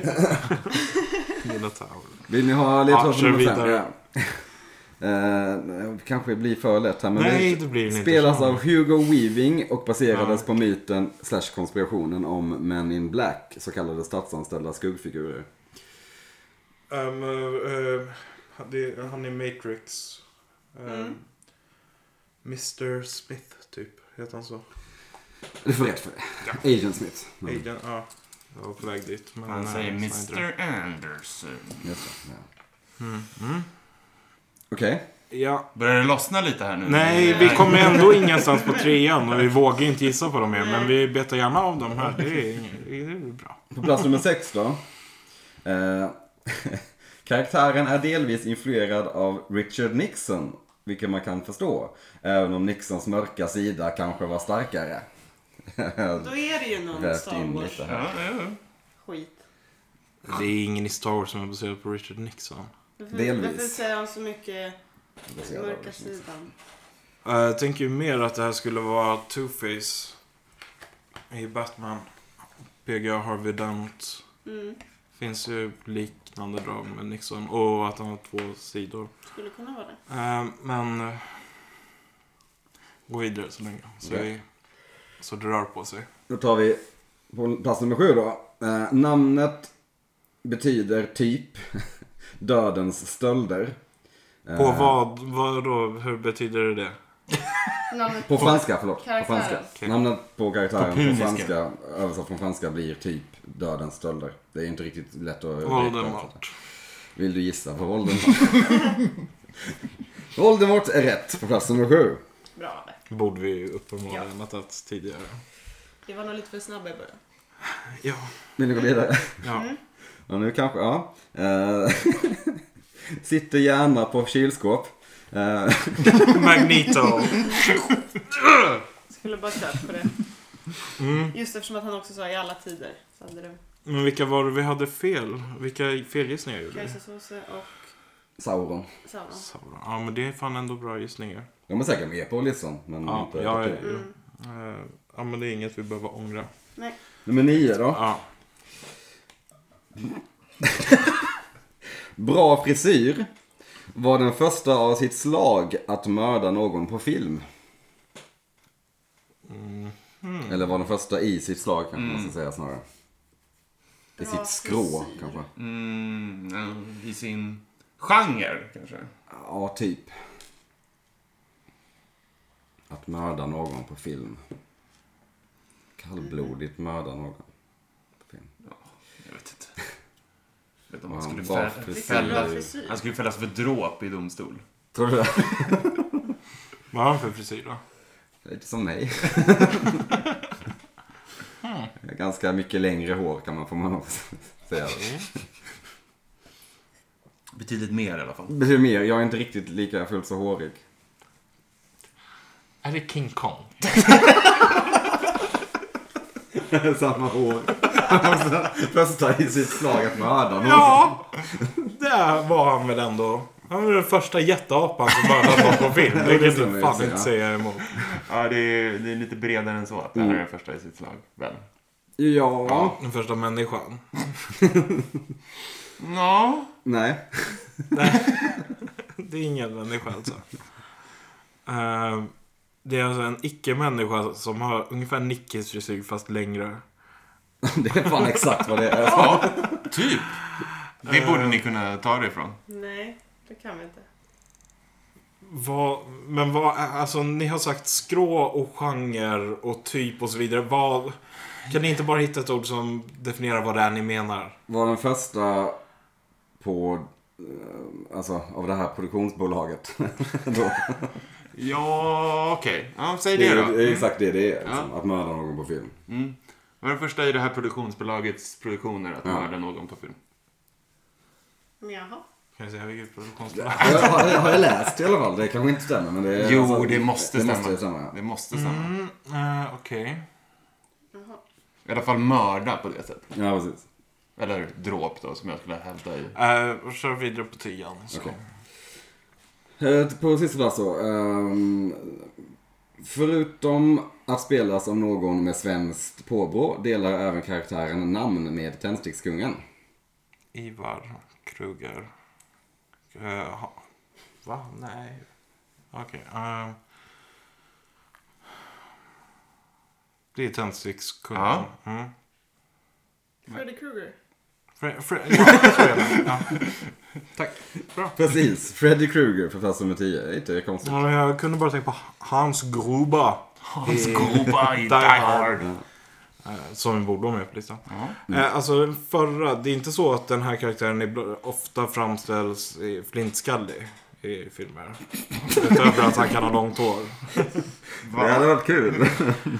Minotaur. Vill ni ha ledtråd Ja, på kör nummer fem? vidare. Ja. Eh, kanske blir för lätt här, men Nej, det det blir det inte. spelas av Hugo Weaving och baserades på myten slash konspirationen om Men in Black, så kallade statsanställda skuggfigurer. Um, uh, det, han är Matrix. Um, Mm. Mr Smith, typ. Heter han så? Du får rätt för det. Agent Smith. Ja, just Agent, ja. Jag var på väg dit. Men Han nej, säger det var inte det. Mr Anderson. det. Ja. Mm. Mm. Okej. Ja. Börjar det lossna lite här nu? Nej, vi kommer ändå ingenstans på trean och vi vågar ju inte gissa på dem mer. Men Nej. vi betar gärna av dem här. Det är, ing- det är bra. På plats nummer sex då. Eh, karaktären är delvis influerad av Richard Nixon, vilket man kan förstå. Även om Nixons mörka sida kanske var starkare. Då är det ju någon Vävt Star in lite här. Ja, ja, ja. Wars-skit. Det är ingen i Star Wars som är baserad på Richard Nixon. Varför, Delvis. varför säger han så mycket mörka sidan? Eh, Jag tänker ju mer att det här skulle vara Two-Face i Batman. PGA Harvey Dent. Mm. Finns ju liknande drag med Nixon och att han har två sidor. Skulle kunna vara det. Eh, men... eh, gå vidare så länge. Så, Okej. vi, så det rör på sig. Då tar vi på plats nummer sju då. Eh, namnet betyder typ dödens stölder. Eh, På vad, vad då? Hur betyder det det? Namnet På franska, förlåt. På Karaktären. franska. Okej. Namnet på På karaktären på, puniska. franska, översatt från franska, blir typ dödens stölder. Det är inte riktigt lätt att... översätta. Voldemort. Vill du gissa på Voldemort? Voldemort är rätt på plats nummer sju. bra det. Borde vi ju uppenbarligen ha tagit tidigare. Vi var nog lite för snabba i början. Ja. Vill ni gå vidare? ja. Ja, nu kanske, ja. Eh, Sitter gärna på kylskåp. Eh, Magneto. Skulle bara köpt på det. Mm. Just eftersom att han också sa i alla tider. Så hade det Men vilka var det vi hade fel? Vilka felgissningar gjorde vi? kajsarsåser och Sauron. samma. Sauron. Ja, men det är fan ändå bra gissningar. De är säkert med på listan, men Ja, inte ja, okej. ja, Eh, ja, men det är inget vi behöver ångra. Nej. Nummer nio då. Ja. Bra frisyr. Var den första av sitt slag att mörda någon på film. Mm-hmm. Eller var den första i sitt slag kanske man ska säga snarare. I Mm. Bra sitt skrå frisyr. kanske. Mm, ja, I sin genre, kanske. Ja, typ. Att mörda någon på film. Kallblodigt mörda någon. På film. Jag vet inte. Jag vet om han Ja, skulle bra fälla- frisyr. Vilken bra fälla... frisyr. Alltså- Han skulle fällas för dråp i domstol. Tror du det? Vad har han för frisyr då? Det är Lite som mig. Jag har Ganska mycket längre hår kan man få man också säga. Betydligt mer i alla fall. Betyder mer, jag är inte riktigt lika fullt så hårig. Är det King Kong? Samma hår. Första i sitt slag att mörda någon. Ja! Där var han väl ändå. Han var den första jätteapan som mördade någon på film. Det det kan stämmer du ju, fan så inte ja. säga emot. Ja, det är, det är lite bredare än så. Att det Mm. här är den första i sitt slag. Väl? Ja. Den första människan. Ja. Nej. Det är ingen människa alltså. Eh, det är alltså en icke-människa som har ungefär Nickes frisyr fast längre. Det är fan exakt vad det är. ja, typ. Det borde ni kunna ta det ifrån. Nej, det kan vi inte. Vad, men vad, alltså ni har sagt skrå och genre och typ och så vidare. Vad, kan ni inte bara hitta ett ord som definierar vad det är ni menar? Var den första på, eh, alltså av det här produktionsbolaget. Då. Ja, okej. Ja, säg Det det är, då. det är exakt det det är. Liksom, Att mörda någon på film. Vad är det första i det här produktionsbolagets produktioner att mörda någon på film? Men Jaha. Kan jag säga vilket produktionsbolag? Har jag, har, jag, har jag läst i alla fall? Det kanske inte stämmer men det är... Jo, alltså, det måste det stämma. Måste stämma ja. Det måste stämma. Mm, eh, Okej. Jaha. I alla fall mörda på det sättet. ja, precis. Eller dråp då, som jag skulle hävda i. Eh, då kör vi vidare på tian. Så. Okej. Eh, På sista plats då. ehm, Förutom att spelas av någon med svenskt påbrå delar även karaktären namn med Tändstickskungen. Ivar Kruger. Eh, ha- va? Nej. Okej. ehm. det är tändstickskungen. Ja. Mm. Freddy Krueger. Fre- Fre- ja, så är det. Ja. Precis, Freddy Krueger, författare nummer 10. Det är inte konstigt. Ja, jag kunde bara tänka på Hans Gruba. Hans Gruba i Die Die Hard. Hard. Eh, Som vi borde ha med på listan. Eh, alltså den förra, det är inte så att den här karaktären ibla- ofta framställs i flintskallig i filmer. Utöver att han kan ha långt hår. Det hade varit kul.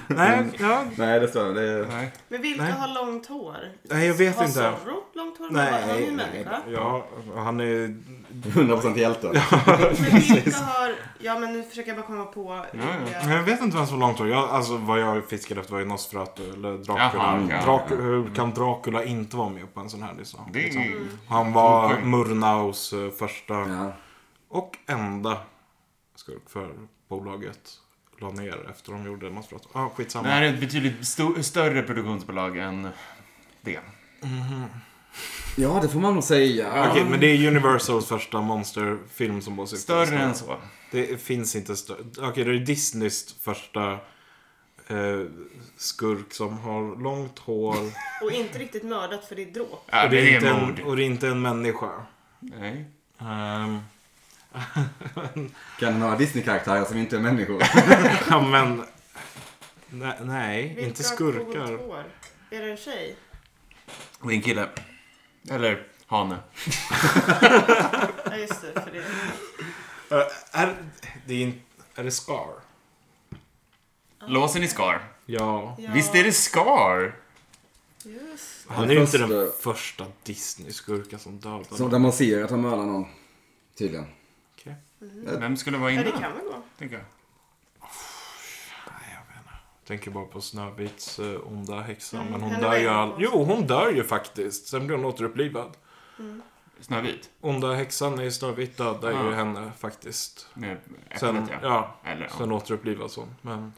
Nej, ja, Nej, det står det. är- Nej. Men vilka Nej. har långt hår? nej jag vet har inte. Zorro långt hår? Nej, han är Nej, ju nej. människa. Ja, han är... 100% hjälte. Men vilka har... Ja, men nu försöker jag bara komma på vilka... Jag vet inte vem som har långt hår. Jag, alltså vad jag fiskade efter var ju Nosferatu eller Dracula. Jaha, ja, Drac- Hur kan Dracula inte vara med på en sån här lista? Det Liksom. är ju... Han var Okej. Murnau's eh, första Ja. och enda skurk för bolaget la ner efter de gjorde Nosferatu. Ah, skitsamma. Det här är ett betydligt sto- större produktionsbolag än det. ja, det får man nog säga. Okej, men det är Universals första monsterfilm som bara sitter Större större. än så. Det finns inte större. Okej, det är Disneys första eh, skurk som har långt hår. Och inte riktigt mördat för det är dråp. Ja, och, det är inte mord. en, och det är inte en människa. Nej. Ehm, Kan några Disney-karaktärer som inte är människor. ja, men... Nej, nej Vilka inte har skurkar. coolt hår? Är det en tjej? Och en kille. Eller hane. Ja, just det. För det. Eh, är, det är, in- är det Scar? Låsen i Scar. Ja. Ja, Visst är det Scar? Just. Han är ju inte den Första- första Disney-skurken som dödade. Som där man ser att han mördar någon. Tydligen. Okej. Vem skulle vara Ja, det innan? kan väl gå. tänker jag. Nej, jag vet inte. Jag tänker bara på Snövits eh, onda häxa. Mm, men hon henne dör ju väl. all... Jo, hon dör ju faktiskt. Sen blir hon återupplivad. Snövit. Onda häxan i Snövit dödar Ja. ju henne faktiskt. Med äpplet, Sen, ja. ja, Eller ja. sen återupplivas hon. Men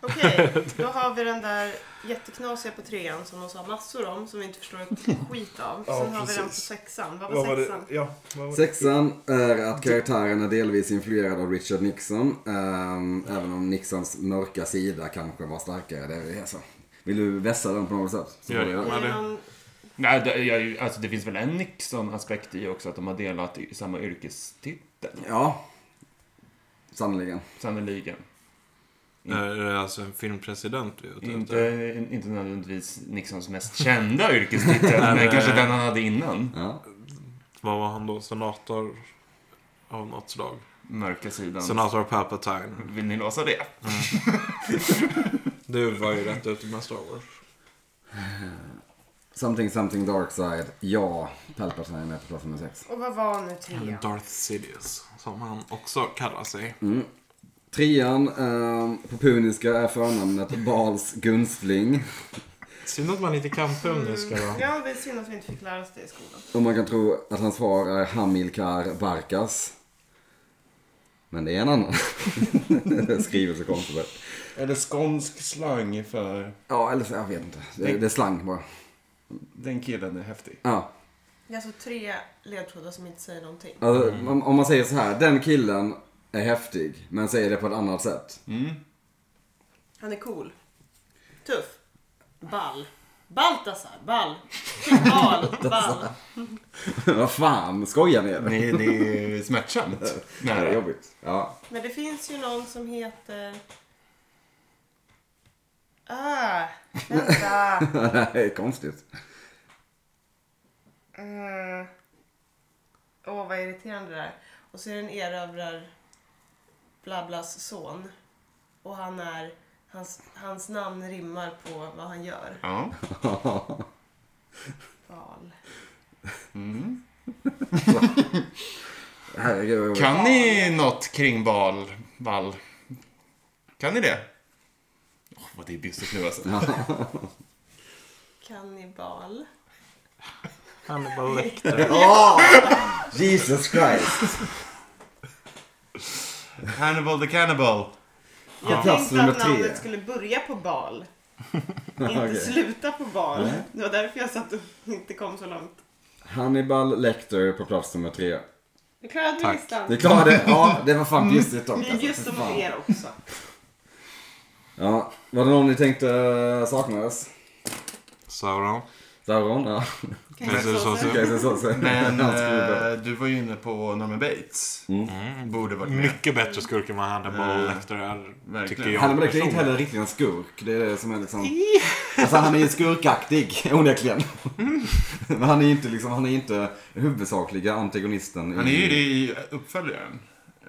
Okej, då har vi den där jätteknasiga på trean som de sa massor om som vi inte förstår ett skit av. Sen Ja, har vi den på precis. sexan. Vad var, sexan? Ja, vad var det? Sexan är att karaktären är delvis influerad av Richard Nixon. ehm, även om Nixons mörka sida kanske var starkare. Det är så. Vill du vässa den på något sätt? Så Ja, får du göra det. ja. Är det det- någon... Nej, det, jag, alltså, det finns väl en Nixon-aspekt i också, att de har delat i samma yrkestitel. ja. Sannerligen. Sannerligen. Är det alltså en filmpresident vi är ute Inte, efter? in- inte nödvändigtvis Nixons mest kända yrkestitel, men Nej. kanske den han hade innan. Ja. Vad var han då? Senator av något slag? Mörka sidan. Senator Palpatine. Vill ni låsa det? Du var ju rätt ute med Star Wars. Something something dark side. Ja. Palpatine är med på plats nummer sex. Och vad var nu trean? Darth Sidious, som han också kallar sig. Trean ehm, på puniska är förnamnet Bals Gunstling. Synd att man inte kan puniska då. Ja, det är synd att vi inte fick lära oss det i skolan. Och man kan tro att hans far är Hamilkar Barkas. Men det är en annan. Skriver så konstigt. Eller skånsk slang för... Ja, eller så, jag vet inte. Det, Nej. det är slang bara. Den killen är häftig. Ja. Det är alltså tre ledtrådar som inte säger någonting. Alltså, Mm. om, om man säger så här, den killen är häftig, men säger det på ett annat sätt. Han är cool. Tuff. Ball. Baltasar. Ball. Ball. Ball. Vad fan, skojar ni eller? Mm. Det, det är smärtsamt. Det här är Nära. jobbigt. Ja. Men det finns ju någon som heter... Ah, vänta. det är konstigt. Åh, mm. Åh, vad irriterande det där. Och så är det en erövrarkille Blablas son. Och han är... Hans, hans namn rimmar på vad han gör. Ja. Val. Herregud. Kan ni något kring bal? Ball? Kan ni det? Åh, vad det är bjussigt nu alltså. Kannibal. Hannibal Lecter. Åh! Jesus Christ. Hannibal the Cannibal. Jag Plats tänkte att nummer tre. namnet skulle börja på bal. inte Okej. sluta på bal. Nej. Det var därför jag satt och inte kom så långt. Hannibal Lecter på plats nummer tre. Vi klarade Tack. listan. Det klarade det. Ja, det var fan bjussigt dock. Vi Mm. är just Fy som fan. er också. Ja, var det någon ni tänkte eh, saknades? Sauron. Sauron? Ja. Kan Men jag det är så så- säga? Okej, så så. så. Men Han skulle dö. eh, du var ju inne på Norman Bates. Mm. Mm, Borde varit med. Mycket bättre skurk än vad Hannibal Mm. Eh, Lecter är. verkligen. Tycker jag. Hannibal Lecter är personligen. inte heller riktigt en skurk. Det är det som är liksom... Alltså han är ju skurkaktig, onekligen. Mm. Men han är ju inte liksom, han är ju inte huvudsakliga antagonisten. i- Han är ju det i uppföljaren.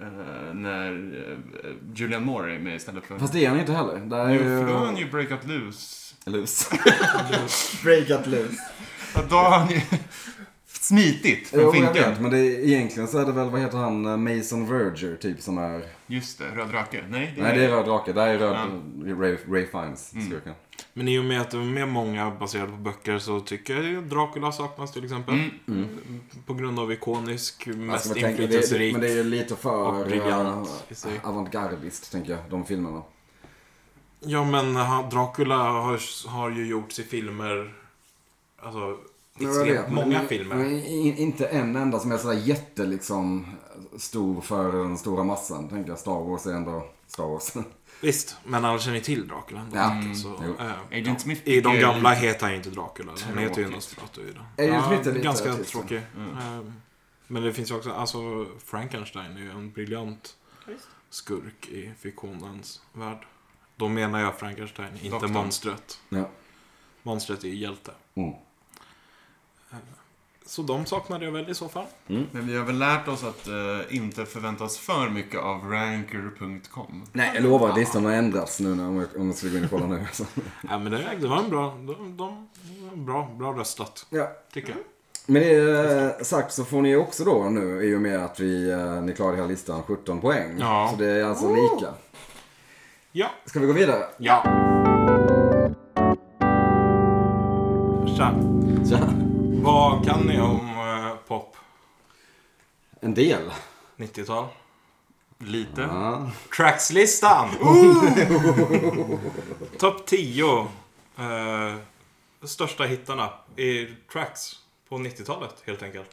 eh, när eh, Julian Moore är med istället för... Fast det är han inte heller. Där är Jo, ju... för då har han ju Break Out Loose. Loose. Break up loose. Ja, Då har han ju smitit Jo, från jag finkan. vet, men det är, egentligen så är det väl, vad heter han, eh, Mason Verger typ som är... Just det, Röd Rake. Nej, det Mm. är... Nej, det är Röd Drake. Där är Röd... Ray, Ray Fiennes, skurken. Men i och med att det är med många baserade på böcker så tycker jag ju Dracula saknas till exempel. Mm. På grund av ikonisk, mest Mm. Alltså, man tänker- det, är- inflytelserik. men det är ju lite för och briljant i eh, sig. avantgardiskt, tänker jag, de filmerna. Ja men han- Dracula har, har ju gjorts i filmer. Alltså, Ja, jag extremt vet, men- många filmer. Men i- inte en enda som är sådär jätte liksom stor för den stora massan. Tänker jag, Star Wars är ändå Star Wars. Visst, men alla känner ju till Dracula ändå. Ja. Mm. tänker jag, Så, Jo. eh, Agent Smith I de är gamla heter han ju inte Dracula. Han heter ju Tråkigt. Mm. Nosferatu i den. Agent Smith är lite ganska trist. tråkig. Eh, Men det finns ju också, alltså Frankenstein är ju en briljant Just. skurk i fiktionens värld. Då menar jag Frankenstein, inte Doktorn. monstret. Ja. Monstret är ju hjälte. Eh, Mm. Så de saknade jag väl i så fall. Men vi har väl lärt oss att eh, inte förvänta oss för mycket av ranker.com. Nej, jag lovar, listan har ändrats nu när, om, jag, om jag skulle gå in och kolla nu. Alltså. Ja, men det, det var en bra, de, de, bra, bra röstat, Ja. tycker Mm. jag. Med det eh, sagt så får ni också då nu, i och med att vi, eh, ni klarade hela listan, 17 poäng. Ja. Så det är alltså lika. Ja. Ska vi gå vidare? Ja. Tja. Tja. Vad kan ni om eh, pop? En del. 90-tal? Lite. Ja. Trackslistan! Topp 10 eh, största hittarna i tracks på 90-talet helt enkelt.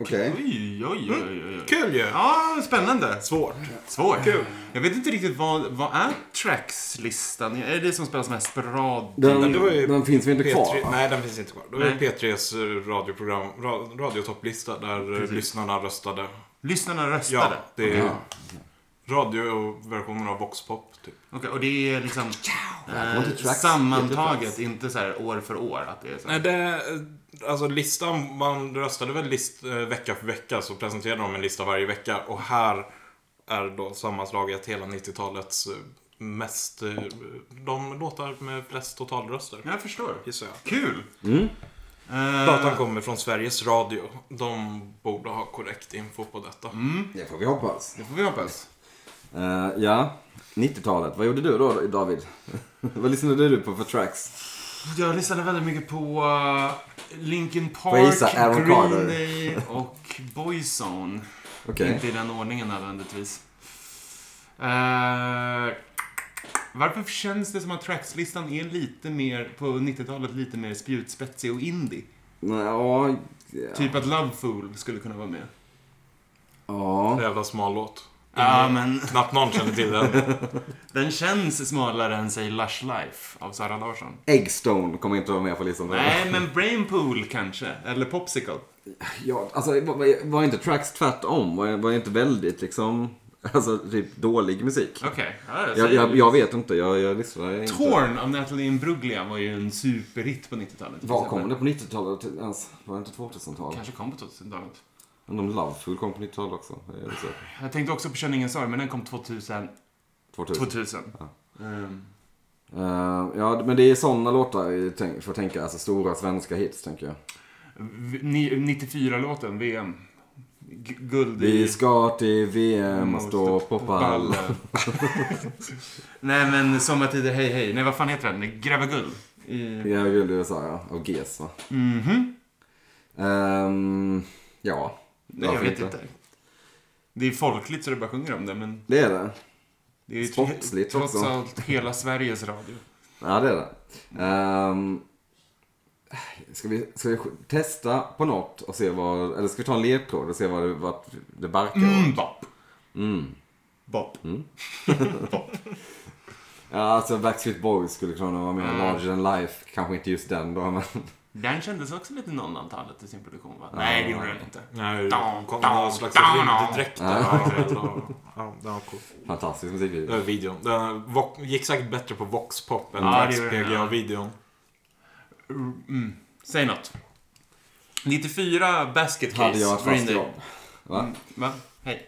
Okej. Oh, Mm. Oj, oj, oj, oj. oj. Kul ju! Ja, spännande. Svårt. Svårt. Kul. Jag vet inte riktigt vad, vad är trackslistan? Är det som spelas mest på radio? Den, det var ju den finns ju inte kvar. P3, va? nej, den finns inte kvar. Det var ju Nej. P3s eh, radioprogram, ra, radiotopplista där eh, Precis. lyssnarna röstade. Lyssnarna Ja, röstade. det är radioversionen av Voxpop typ. Okej, och det är liksom var inte eh, tracks. sammantaget, inte så här år för år. Att det är så Nej, här. det... Alltså listan, man röstade väl list, eh, vecka för vecka så presenterade de en lista varje vecka och här är då sammanslaget hela 90-talets eh, mest... eh, De låtar med flest totalröster. Jag förstår. Gissar jag. Kul. Mm. Eh, Datan kommer från Sveriges Radio. De borde ha korrekt info på detta. Det får vi hoppas. det får vi hoppas. Eh, ja, 90-talet. Vad gjorde du då David? Vad lyssnade du på för tracks? Jag lyssnade väldigt mycket på eh, Linkin Får jag gissa? Park, Aaron Carter. Green Day och Boyzone. Okej. Inte i den ordningen nödvändigtvis. Eh, varför känns det som att trackslistan är lite mer, på 90-talet, lite mer spjutspetsig och indie? Nej, Ja, ja. Typ att Love Fool skulle kunna vara med. ja. Jävla smal låt. Ja, men Knappt någon känner till den. Eh, den känns smalare än, säg, Lush Life av Sara Larsson. Eggstone kommer inte vara med på listan. Nej, men Brainpool kanske. Eller Popsicle. Ja, alltså, det var, var inte tracks tvärtom? Var, var inte väldigt liksom, alltså typ dålig musik? Okej. ja, alltså, jag Jag, säger- jag, jag vet inte, jag, jag lyssnar inte. Torn av Natalie Imbruglia var ju en superhit på 90-talet. till Var exempel. kom det på 90-talet ens? Var det inte 2000-talet? Kanske kom på 2000-talet. Men de Loveful kom på 90-talet också. Det är väl så. Jag tänkte också på Känn ingen sorg, men den kom 2000. 2000. 2000. Ehm, Eh, ja, men det är sådana låtar jag tänk- får tänka. Alltså stora svenska hits, tänker jag. v- ni- 94-låten, VM. G- Guld Vi i... ska till VM Mm, och stå och poppa all... Nej men Sommartider hej hej. Nej vad fan heter den? Gräva guld. I... Ja, guld i USA, ja. Av GES, va? Mhm. Ehm, ja. Nej, jag Varför vet inte. Det är folkligt så det bara sjunger om det men Det är det. det är ju Sportsligt trots också. allt hela Sveriges radio. Ja, det är det. Ehm, ska, vi, ska vi testa på något och se vad... Eller ska vi ta en ledtråd och se vad det, vad det barkar åt? Mm, bop. Mm. Bop. Ja, alltså Backstreet Boys skulle kunna vara med. Mm. Larger than life. Kanske inte just den då, men... Den kändes också lite 00-talet i sin produktion va? Nej det gjorde den inte. Nej, Dun, kom dun, någon slags dun, rymddräkt dun. direkt där. Ja. Ja, ja, det var cool. Det Fantastisk Äh, musikvideo. var videon. Den vo- gick säkert bättre på Voxpop än Ja, det Vax gjorde den, ja. PGA-videon. Mm. Säg något. 94 Basket Case. Hade jag ett Green fast Day. jobb. Va? Mm, va? Hej.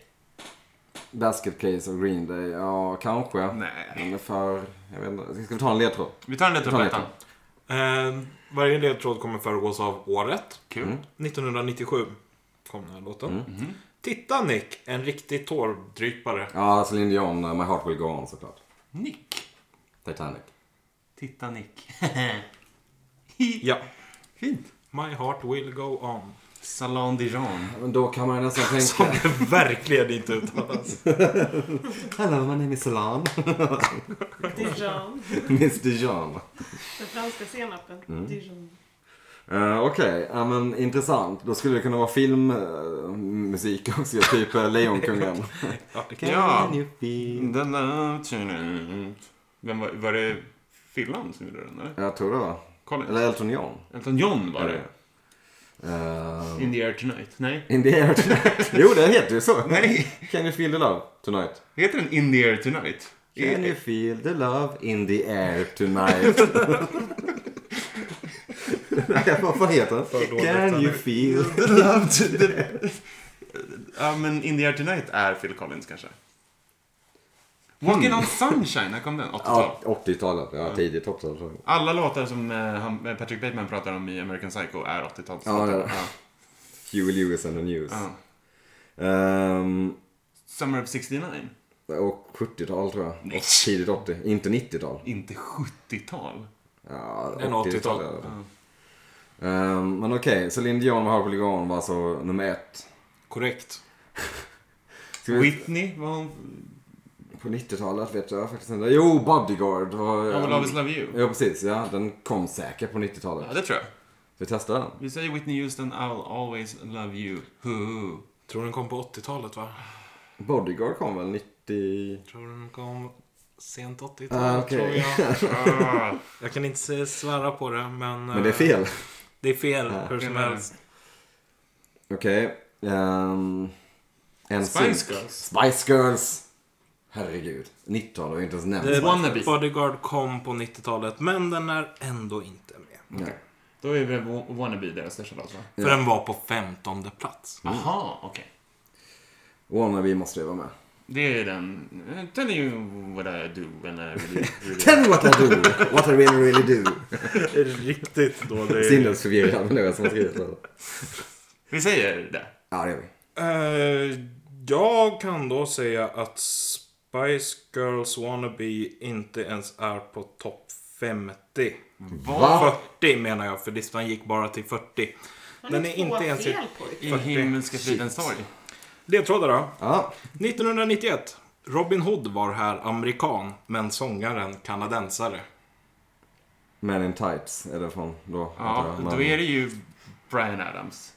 Basket Case och Green Day, ja kanske. Nej. Men för, jag vet inte. Ska vi ta en ledtråd? Vi tar en liten Vi tar en på ettan. Eh, varje ledtråd kommer föregås av året. Kul. Mm. 1997 kom den här låten. Mm. Mhm. Titta Nick, en riktig tårdrypare. Ja, Celine Dion, eh, My Heart Will Go On såklart. Nick. Titanic. Titta Nick. Ja. Fint. My heart will go on. Salon Dijon. Men då kan man ju nästan Som tänka... det verkligen inte uttalas. Hello, my name is Celine. Dijon. Miss Dijon. Den franska senapen. Dijon. Eh, Okej, ja, men intressant. Då skulle det kunna vara filmmusik också, typ eh, Lejonkungen. Mm. Ja, det kan- Ja. you feel- Den där tunen. Vem var, var det Fillan som gjorde den? Eller? Jag tror det var. Colin? Eller Elton John. Elton John var det. Eh, In the air tonight. Nej. in the air tonight. Jo, det heter ju så. Nej. Can you feel the love tonight? Heter den In the air tonight? Can you Eh, feel the love in the air tonight? Nej, vad fan heter den? dåligt, Can you eller? feel... Ja, men In the air tonight är Phil Collins kanske. Hmm. Walking on sunshine, när kom den? 80-tal. Ja, 80-talet. Ja, tidigt 80-tal tror jag. Alla låtar som eh, han, eh, Patrick Bateman pratar om i American Psycho är 80-tals. Ja, det är det. Ja. Huey Lewis and the News. Ja. Ehm, Summer of 69. och 70-tal tror jag. Nej. Tidigt 80. Inte 90-tal. Inte 70-tal. Ja, En 80-tal. 80-tal. är det. Mm. Ehm, men okej, så Celine Dion och Harper Ligon var alltså nummer ett. Korrekt. Ska vi, Whitney var hon... på 90-talet vet jag faktiskt inte. Jo, Bodyguard. Var, I will always love you. Ja, precis. Ja, den kom säkert på 90-talet. Ja, det tror jag. Vi testar den. Vi säger Whitney Houston, I'll always love you. Hoo. Tror den kom på 80-talet va? Bodyguard kom väl 90... Tror den kom sent 80-tal Ah, okej. tror jag. Ah, Jag kan inte se- svära på det men... eh, Men det är fel. Det är fel Ja. hur som helst. Okej. ehm, en Spice synk. Girls. Spice Girls! Herregud. 90-tal har ju inte ens nämnt. The Spice Wannabe. Eh, Bodyguard kom på 90-talet men den är ändå inte med. Girls. Nej. Då är väl Wa- Wannabe deras största låt, va? För den var på 15 plats. Aha, okej. Wannabe måste ju vara med. Det är den... eh, Tell you what I do when I really... really... Tell me what I do, what I really really do. Riktigt dålig. Sinnesförvirrad nu som har skrivit det. Vi säger det. Ja, det gör vi. Eh, jag kan då säga att Spice Girls Wannabe inte ens är på topp 50. Va? 40 menar jag, för listan gick bara till 40. Har Den ni är två inte ens i- fel pojk? I himmelska fridens torg. Ledtrådar då. Ja. 1991. Robin Hood var här amerikan, men sångaren kanadensare. Man in Tights är det från då. Ja, antar jag. då är det ju Brian Adams.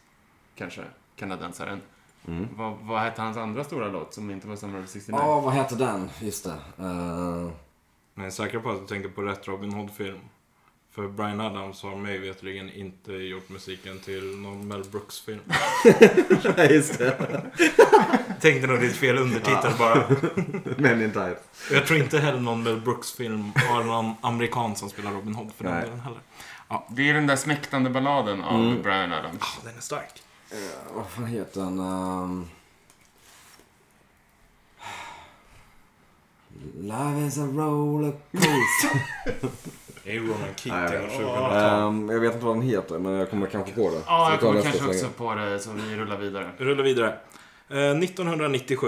Kanske. Kanadensaren. Mm. Vad, vad hette hans andra stora låt som inte var Summer of 69? Ja, vad heter den? Just det. Eh, Men jag är säker på att du tänker på rätt Robin Hood-film. För Brian Adams har mig veterligen inte gjort musiken till någon Mel Brooks-film. Nej, just det. Tänkte nog det är ett fel undertitel bara. Man in Tights. Jag tror inte heller någon Mel Brooks-film har någon amerikan som spelar Robin Hood för den Nej. delen heller. Mm. Det är den där smäktande balladen av Brian Adams. Ah, den är stark. Eh, vad fan heter han? Ehm, Love is a rollercoaster. Det är ju Ronan Nej, jag Keating Eh, vet. 2012. um, jag vet inte vad den heter men jag kommer kanske på det. Ja, Så jag tar kommer nästa kanske så länge. också på det så vi rullar vidare. Rulla vidare. Eh, 1997.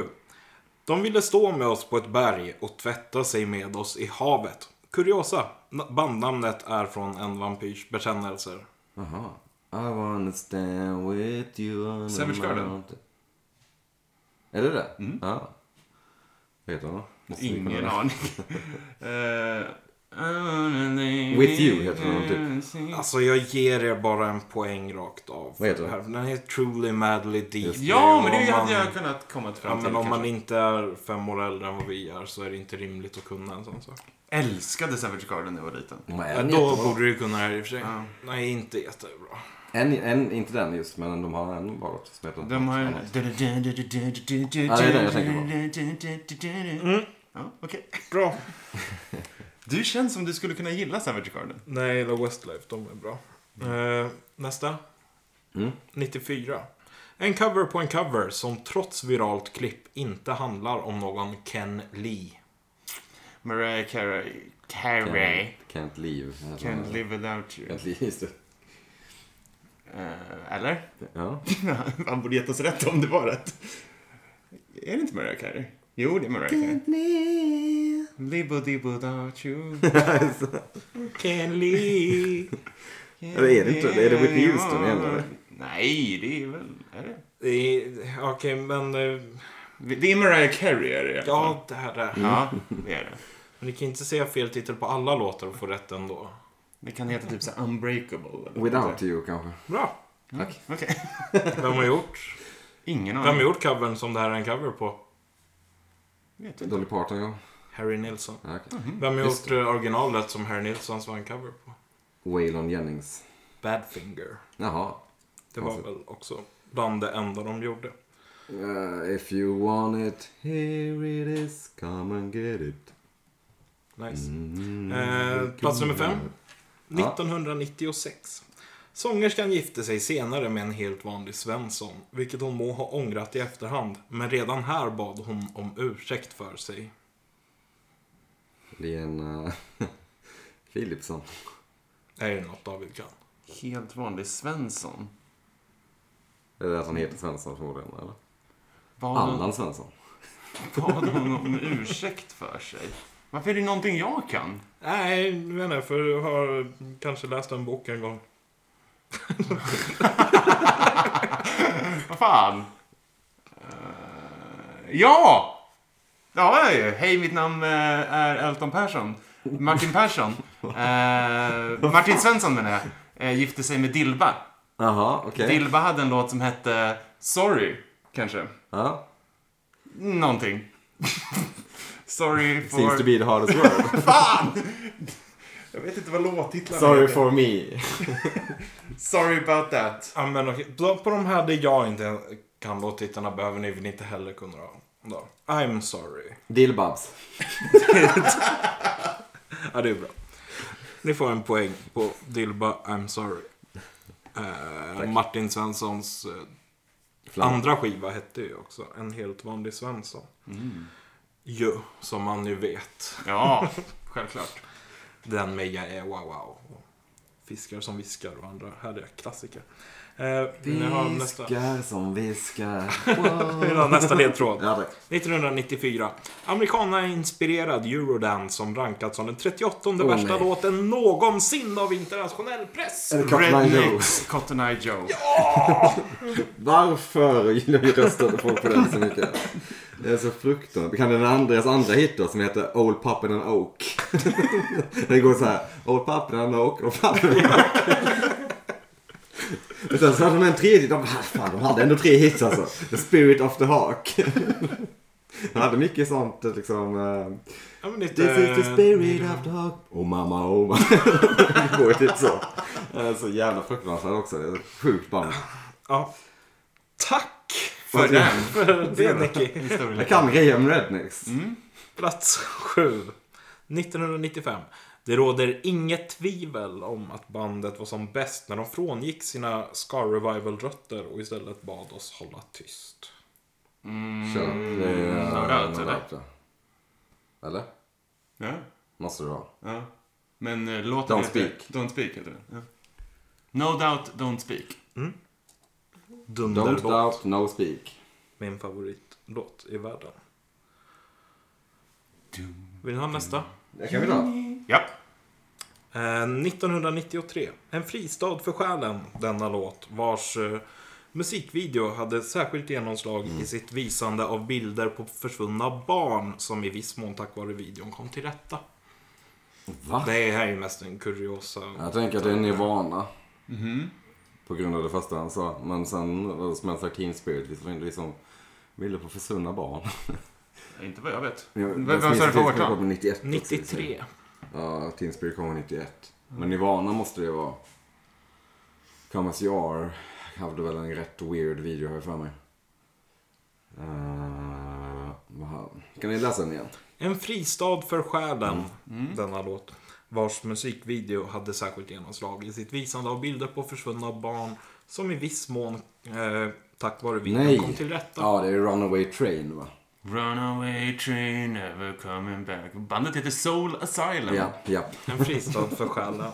De ville stå med oss på ett berg och tvätta sig med oss i havet. Kuriosa. na- Bandnamnet är från en vampyrs bekännelser. Jaha. I wanna stand with you on the Savage Garden. mountain. Är det det? Ja. Vad heter han då? Måste vi kolla Mm. Ingen det. aning. Eh, With you heter den typ. Alltså jag ger er bara en poäng rakt av. Vad heter det den? här. Den heter Truly Madly Deep. Ja, men det Om hade man- jag kunnat komma Ja, fram till. men om man kanske. inte är fem år äldre än vad vi är så är det inte rimligt att kunna en sån sak. Älskade Savage Garden när jag var liten. Men Ja, en då jättebra. borde du kunna det här i och för sig. Ja. Nej, inte jättebra. En, en, inte den just, men de har en bara som heter De har något ju... annat. Ja, det är den jag jag tänker på. Mm, Ja, okej. bra. Du känns som du skulle kunna gilla Savage Garden. Nej, jag gillar Westlife. De är bra. Eh, nästa. Mm. 94. En cover på en cover som trots viralt klipp inte handlar om någon Ken Lee. Mariah Carey. Carey. Can't leave. Can't live without you. Can't leave, just det. Eh, eller? Ja. Han borde gett oss rätt om det var rätt. Är det inte Mariah Carey? Jo, det är Mariah Carey. Libbo dibbo without you. Ken Lee. Eller är det inte? Är det Whitney Houston igen, eller? Nej, det är väl... Är det? Det är- Okej, men... eh, Det är Mariah Carey är det i alla fall. Ja, det här är... Ja, det är det. Men ni kan inte säga fel titel på alla låtar och få rätt ändå. Det kan heta typ så här unbreakable. Eller Without you kanske. Bra. Tack. Okej. Mm. Vem har gjort? Ingen Vem har aning. gjort covern som det här är en cover på? Vet inte. Dolly Parton ja. Harry Nilsson. ja okay. Vem har Just gjort eh, originalet som Harry Nilssons var en cover på? Waylon Jennings. Badfinger. Jaha. Det var Alltså. väl också bland det enda de gjorde. Eh, if you want it, here it is, come and get it. Nice. Mm. Eh, plats nummer fem. Ja. 1996. Sångerskan gifte sig senare med en helt vanlig Svensson, vilket hon må ha ångrat i efterhand, men redan här bad hon om ursäkt för sig. Lena Philipsson. Är det något David kan? Helt vanlig Svensson. Är det att han heter Svensson förmodligen eller? Bad hon, Allan Svensson. bad hon om ursäkt för sig? Varför är det någonting jag kan? Nej, jag vet inte, för jag har kanske läst en bok en gång. Vad fan? Eh, ja! Det har jag ju. Hej, mitt namn eh, är Elton Persson. Martin Persson. Eh, Martin Svensson menar jag. Eh, gifte sig med Dilba. Jaha, okej. Dilba hade en låt som hette Sorry, kanske. Ja. Någonting. Sorry Seems to for... be the hardest word. Jag vet inte vad låttitlarna Sorry heter. for me. Sorry about that. Ja, men okej. Då- På de här där jag inte kan låttitlarna behöver ni väl inte heller kunna då. då. I'm sorry. Dillbabs. Ja, det är bra. Ni får en poäng på Dilba I'm sorry. Eh, Martin Svenssons eh, Flam. andra skiva hette ju också En helt vanlig Svensson. Mm. Ju, som man ju vet. Ja, självklart. Den med Jag är wow wow. och Fiskar som viskar och andra härliga klassiker. Eh, vill ni ha nästa, Viskar som viskar. vill ni ha nästa ledtråd? Ja, det. 1994. Americana-inspirerad Eurodance som rankats som den 38 Åh, värsta nej. någonsin någonsin av internationell press. Är det Cotton Eye Joe? Rednecks Cotton Eye Joe. Varför röstade folk på den så mycket? Det är så fruktansvärt. Kan den andres andra hit då som heter Old Puppet and Oak? Det går så här. Old Puppet and Oak, Old Puppet and Oak. Men sen så hade de en tredje. De, ah, fan, de hade ändå tre hits alltså. The Spirit of the Hawk. De hade mycket sånt liksom. eh, Ja, men This is the lite... spirit of the hawk. Oh mamma, oh mamma. Det går ju typ så. Det är Så jävla fruktansvärt också. Det är ett sjukt band. Ja. Tack För den. för det, Nicky. Historielektion. Mm. Jag kan grejer med Rednecks. Plats 7. 1995. Det råder inget tvivel om att bandet var som bäst när de frångick sina Scar Revival-rötter och istället bad oss hålla tyst. Kör. Det är eh, har röt, eller? röt, ja. Eller? Ja, Måste det vara. ja. Men eh, låten Don't heter... Don't speak. heter den. Ja. No doubt, don't speak. Don't Dunderbot. doubt, no speak. Min favoritlåt i världen. Vill ni ha nästa? Det kan vi ta. Ja. Eh, 1993. En fristad för själen, denna låt, vars eh, musikvideo hade särskilt genomslag Mm. i sitt visande av bilder på försvunna barn som i viss mån tack vare videon kom till rätta. Va? Det här är ju mest en kuriosa. Jag tänker att det är Nirvana. Mhm. På grund av det första han sa. Men sen var det Smells Like Teen Spirit. Vi slog in liksom bilder på försvunna barn. Inte vad jag vet. Jag- Vem jag vem sa det för minns Teen Spirit kom årtal? på 91. också, liksom. 93. Ja, Teen Spirit kom 91. Men Nirvana måste det vara. Come As You Are hade väl en rätt weird video har jag för mig. Eh, vad han- kan ni läsa den igen? En fristad för själen, Mm. denna låt, vars musikvideo hade särskilt genomslag i sitt visande av bilder på försvunna barn som i viss mån, eh, tack vare videon, Nej. kom till rätta. Ja, det är Runaway Train va? Runaway train never coming back. Bandet heter Soul Asylum. Ja, ja. En fristad för själen.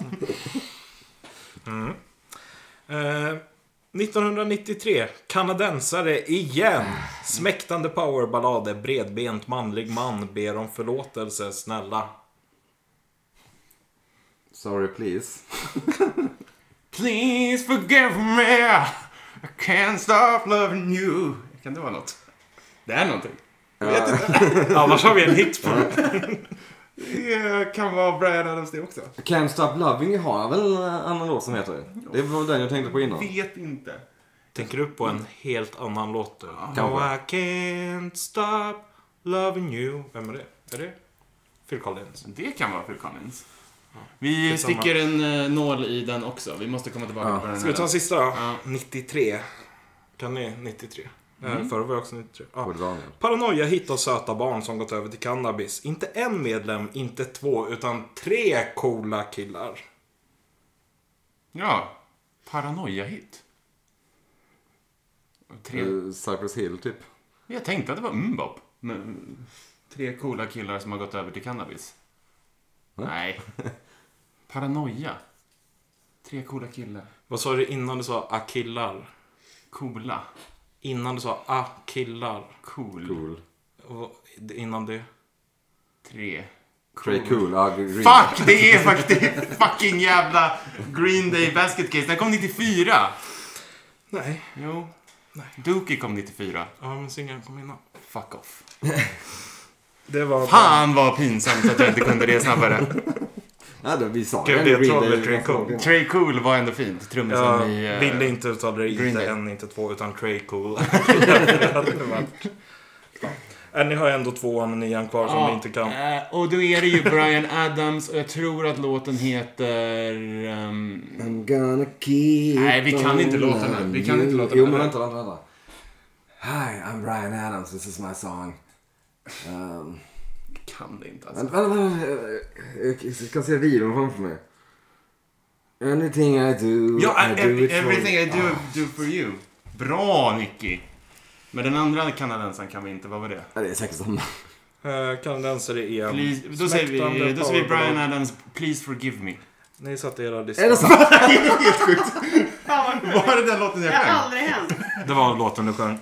Mm. Eh, 1993, kanadensare igen. Smäktande powerballader, bredbent manlig man ber om förlåtelse, snälla. Sorry please. Please forgive me. I can't stop loving you. Kan det vara något? Det är någonting. Annars har vi en hit på det. Det kan vara Brian Adams det också. Eh, Can't Stop Loving You har väl en annan låt som heter det? Det var den jag tänkte på innan. Vet inte. Tänker du på en helt annan låt då? No, I can't stop loving you. Vem är det? Är det Phil Collins? Det kan vara Phil Collins. Vi detsamma. sticker en eh, nål i den också. Vi måste komma tillbaka till Brian Ska vi ta Adams. sista då? Ja. 93. Kan ni 93? Mm. Förra var jag också 93. Ja. På Daniel. Paranoia hittar söta barn som gått över till cannabis. Inte en medlem, inte två, utan tre coola killar. Ja. Paranoia-hit. Tre... Mm. Eh, Cypress Hill typ. Jag tänkte att det var Mbop. Men tre coola killar som har gått över till cannabis. Nej. Paranoia. Tre coola killar. Vad sa du innan du sa a-killar? Coola. Innan du sa a-killar. Cool. Cool. Och Innan det? Tre. Trey Cool. Ja, Green. Fuck! Det är faktiskt fucking jävla Green Day Basket Case. Den kom 94. Nej. Jo. Nej. Dookie kom 94. Ja, men singeln kom innan. Fuck off. Det var... Fan vad pinsamt att jag inte kunde det snabbare. Ja, det, vi sa Gud, den det är Green troll Day- med Trey Cool. Trey Cool var ändå fint. Trummisen Jag i... eh, ville inte uttala det. Green Inte Day. en, inte två, utan Trey Cool. Det hade varit- Ja. Äh, Ni har ändå tvåan och nian kvar som Ja, ni inte kan. eh, och då är det ju Brian Adams och jag tror att låten heter... ehm, I'm gonna keep Nej, vi kan inte on låta den här. Vi kan loving inte you. låta Jo, den men här. vänta, vänta, vänta. Hi, I'm Brian Adams. This is my song. Um, Kan det inte alltså. vänta, vänta, vänta. Jag- Jag ska se videon framför mig. Anything I do, Ja, I do ev- it for everything I you. do, do for you. Bra, Nicky! Men den andra kanadensaren kan vi inte, vad var det? Ja, det är säkert samma. Eh, Kanadensare EM. Please, då, säger vi, Smäktande då säger vi powerball. Brian Adams, Please forgive me. Ni satte era listor. Är det sant? Fan vad Var det den låten Det jag har sjöng? aldrig hänt. Det var låten du sjöng.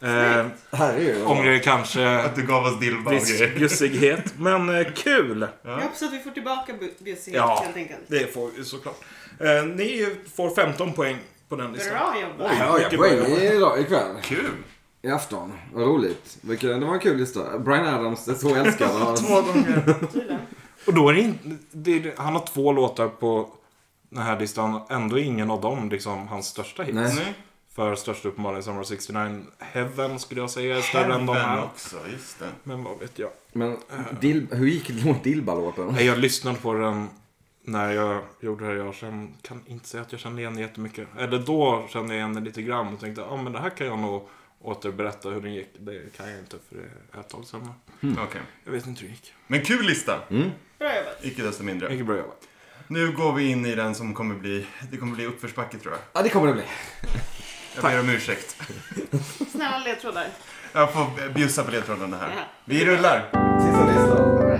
Eh, Herregud. ångrar ju kanske Att du gav oss dillbag viss gussighet, men eh, kul! Jag hoppas att vi får tillbaka bu- busighet Ja. helt enkelt. Det får vi såklart. Eh, ni får 15 poäng på den listan. Bra jobbat. Ja, jag Mycket poäng bra. idag, ikväll. Kul! I afton. Vad roligt. Vilken, det var en kul lista. Brian Adams, det är så jag älskar honom. Två gånger. Tydligen. Och då är det, in, det är, Han har två låtar på den här listan. Ändå ingen av dem liksom hans största hits. Nej. Nu? För största uppenbarligen Summer of 69. Heaven skulle jag säga är större än de Heaven här. också, just det. Men vad vet jag. Men Dil, hur gick Dilba-låten? Nej, jag lyssnade på den när jag gjorde det här. Jag sen kan inte säga att jag kände igen den jättemycket. Eller då kände jag igen den lite grann och tänkte ja ah, men det här kan jag nog återberätta hur den gick. Det kan jag inte för det är ett tag sedan. Okej. Jag vet inte hur det gick. Men kul lista. Bra jobbat. Icke desto mindre. Mycket bra jobbat. Nu går vi in i den som kommer bli... Det kommer bli uppförsbacke tror jag. Ja, det kommer det bli. Jag ber om ursäkt. Snälla ledtrådar. Jag får bjussa på ledtrådarna här. Vi rullar. Sista listan.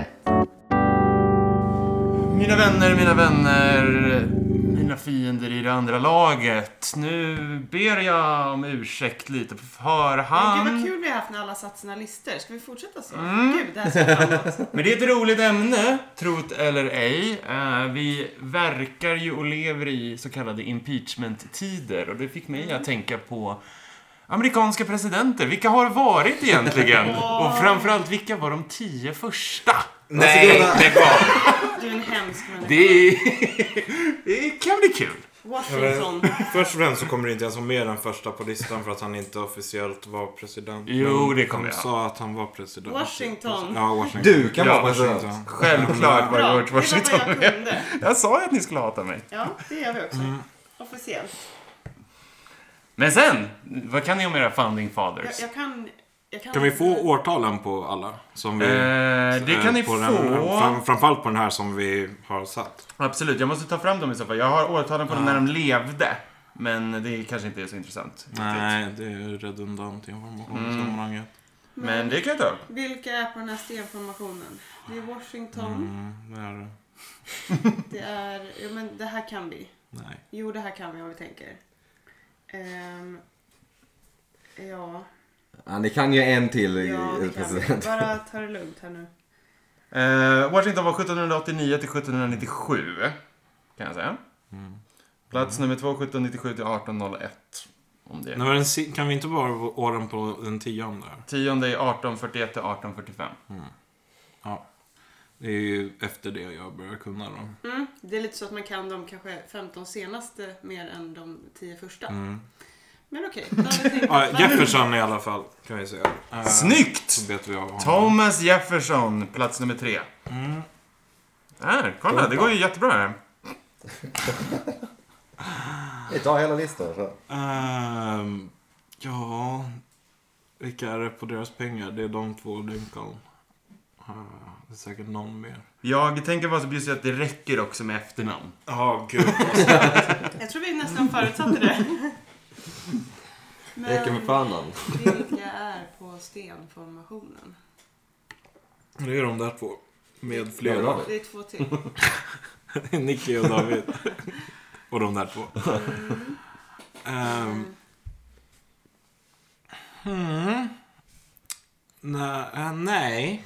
Mina vänner, mina vänner, mina fiender i det andra laget. Nu ber jag om ursäkt lite på Men Gud förhand. vad kul vi har haft när alla satt sina listor. Ska vi fortsätta så? Mm. Gud, det här ser jag fram emot. Men det är ett roligt ämne, trot eller ej. Eh, vi verkar ju och lever i så kallade impeachment-tider och det fick mig att tänka på amerikanska presidenter. Vilka har varit egentligen? Och framförallt, vilka var de tio första? Alltså, Nej, det var... Du är en hemsk människa. Det, det kan bli kul. Washington. Först och främst så kommer det inte ens vara med den första på listan för att han inte officiellt var president. Jo, det kommer han. jag. sa att han var president. Washington. Ja, Washington. Du kan Ja, vara president. Washington. Självklart var Bra, George det var Washington vad jag kunde. Jag sa ju att ni skulle hata mig. Ja, det gör vi också. Mm. Officiellt. Men sen, vad kan ni om era founding Jag, fathers? jag kan... Jag kan, Kan vi få årtalen på alla? Som vi, Eh, det kan ni på få. Den, fram, framförallt på den här som vi har satt. Absolut, jag måste ta fram dem i så fall. Jag har årtalen på dem när de levde. Men det kanske inte är så intressant. Nej, det är redundant information i sammanhanget. Men det kan jag ta upp. Vilka är på den här stenformationen? Det är Washington. Mm, det är det. Det är... Ja, men det här kan vi. Nej. Jo, det här kan vi om vi tänker. Ehm, ja, Ja, ni kan ju en till i ja, det i kan vi. president. Bara ta det lugnt här nu. Eh, Washington var 1789 till 1797. Kan jag säga. Mm. Plats nummer två 1797 till 1801. Om det. Nej, men den si- kan vi inte bara vara åren på den tionde? Här? Tionde är 1841 till 1845. Ja. Det är ju efter det jag börjar kunna då. Mm, det är lite så att man kan de kanske 15 senaste mer än de 10 första. Men okej, då har vi tänkt Mm. Ja, att- Jefferson i alla fall, kan vi säga. Eh, Snyggt! Så vet vi av honom. Thomas Jefferson, plats nummer tre. Mm. Här, kolla. Det går ju jättebra här. Vi tar hela listan. så. Ehm, ja... Vilka är det på deras pengar? Det är de två och Lincoln. Eh, det är säkert någon mer. Jag tänker vara så bjussig att det räcker också med efternamn. Ja, gud. Jag tror vi nästan förutsatte det. Det räcker med Men pannan. vilka är på stenformationen? det är de där två. Med Ja, det har flera. vi. Det är två till. Nicky och David. och de där två. Ehm. hmm. Nej, eh, nej.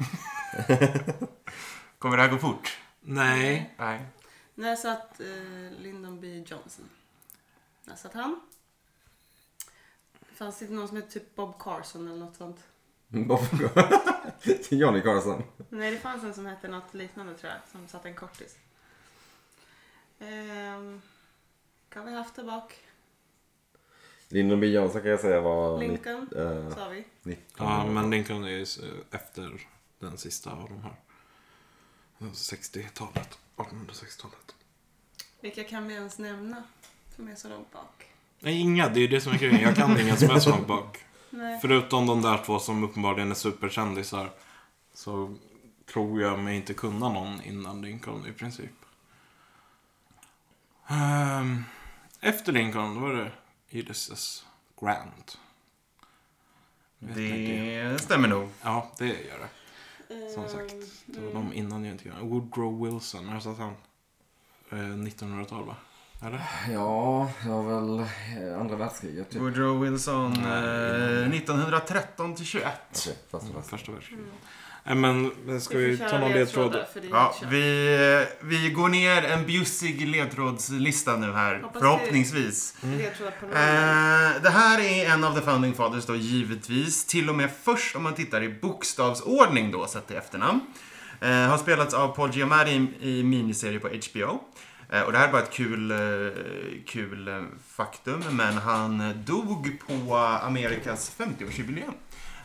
Kommer det här gå fort? Nej. Nej. När satt eh, Lyndon B Johnson? När satt han? Fanns det inte någon som hette typ Bob Carson eller något sånt? Johnny Carson. Nej, det fanns en som hette något liknande tror jag, som satt en kortis. Ehm, kan vi haft det bak? Lyndon B Johnson kan jag säga var... Lincoln, eh, sa vi. 19. Ja, men Lincoln är ju s- efter den sista av de här. 60-talet. 1860-talet. Vilka kan vi ens nämna som är så långt bak? Nej, inga. Det är ju det som är grejen. Jag kan inga som är så långt bak. Nej. Förutom de där två som uppenbarligen är superkändisar. Så tror jag mig inte kunna någon innan Lincoln i princip. Ehm, efter Lincoln, då var det Ulysses Grant. Vet inte. Det stämmer nog. Ja, det gör det. ehm, Som sagt, det var mm. de innan jag inte kunde. Woodrow Wilson, när satt han? Eh, 1900-tal va? Eller? Ja, det var väl eh, andra världskriget typ. Woodrow Wilson, eh, 1913 till 21. Okej, fast och fast. Första världskriget. Nej men, ska vi ta någon ledtråd? För det är Ja, ja, vi... vi, eh, vi går ner en bjussig ledtrådslista nu här. Hoppas det- förhoppningsvis. ledtrådar på någon. Eh, det här är en av the founding fathers då givetvis. Till och med först om man tittar i bokstavsordning då sett till efternamn. Eh, har spelats av Paul Giamatti i, i miniserie på HBO. Eh, och det här är bara ett kul, eh, kul eh, faktum. Men han dog på Amerikas 50-årsjubileum.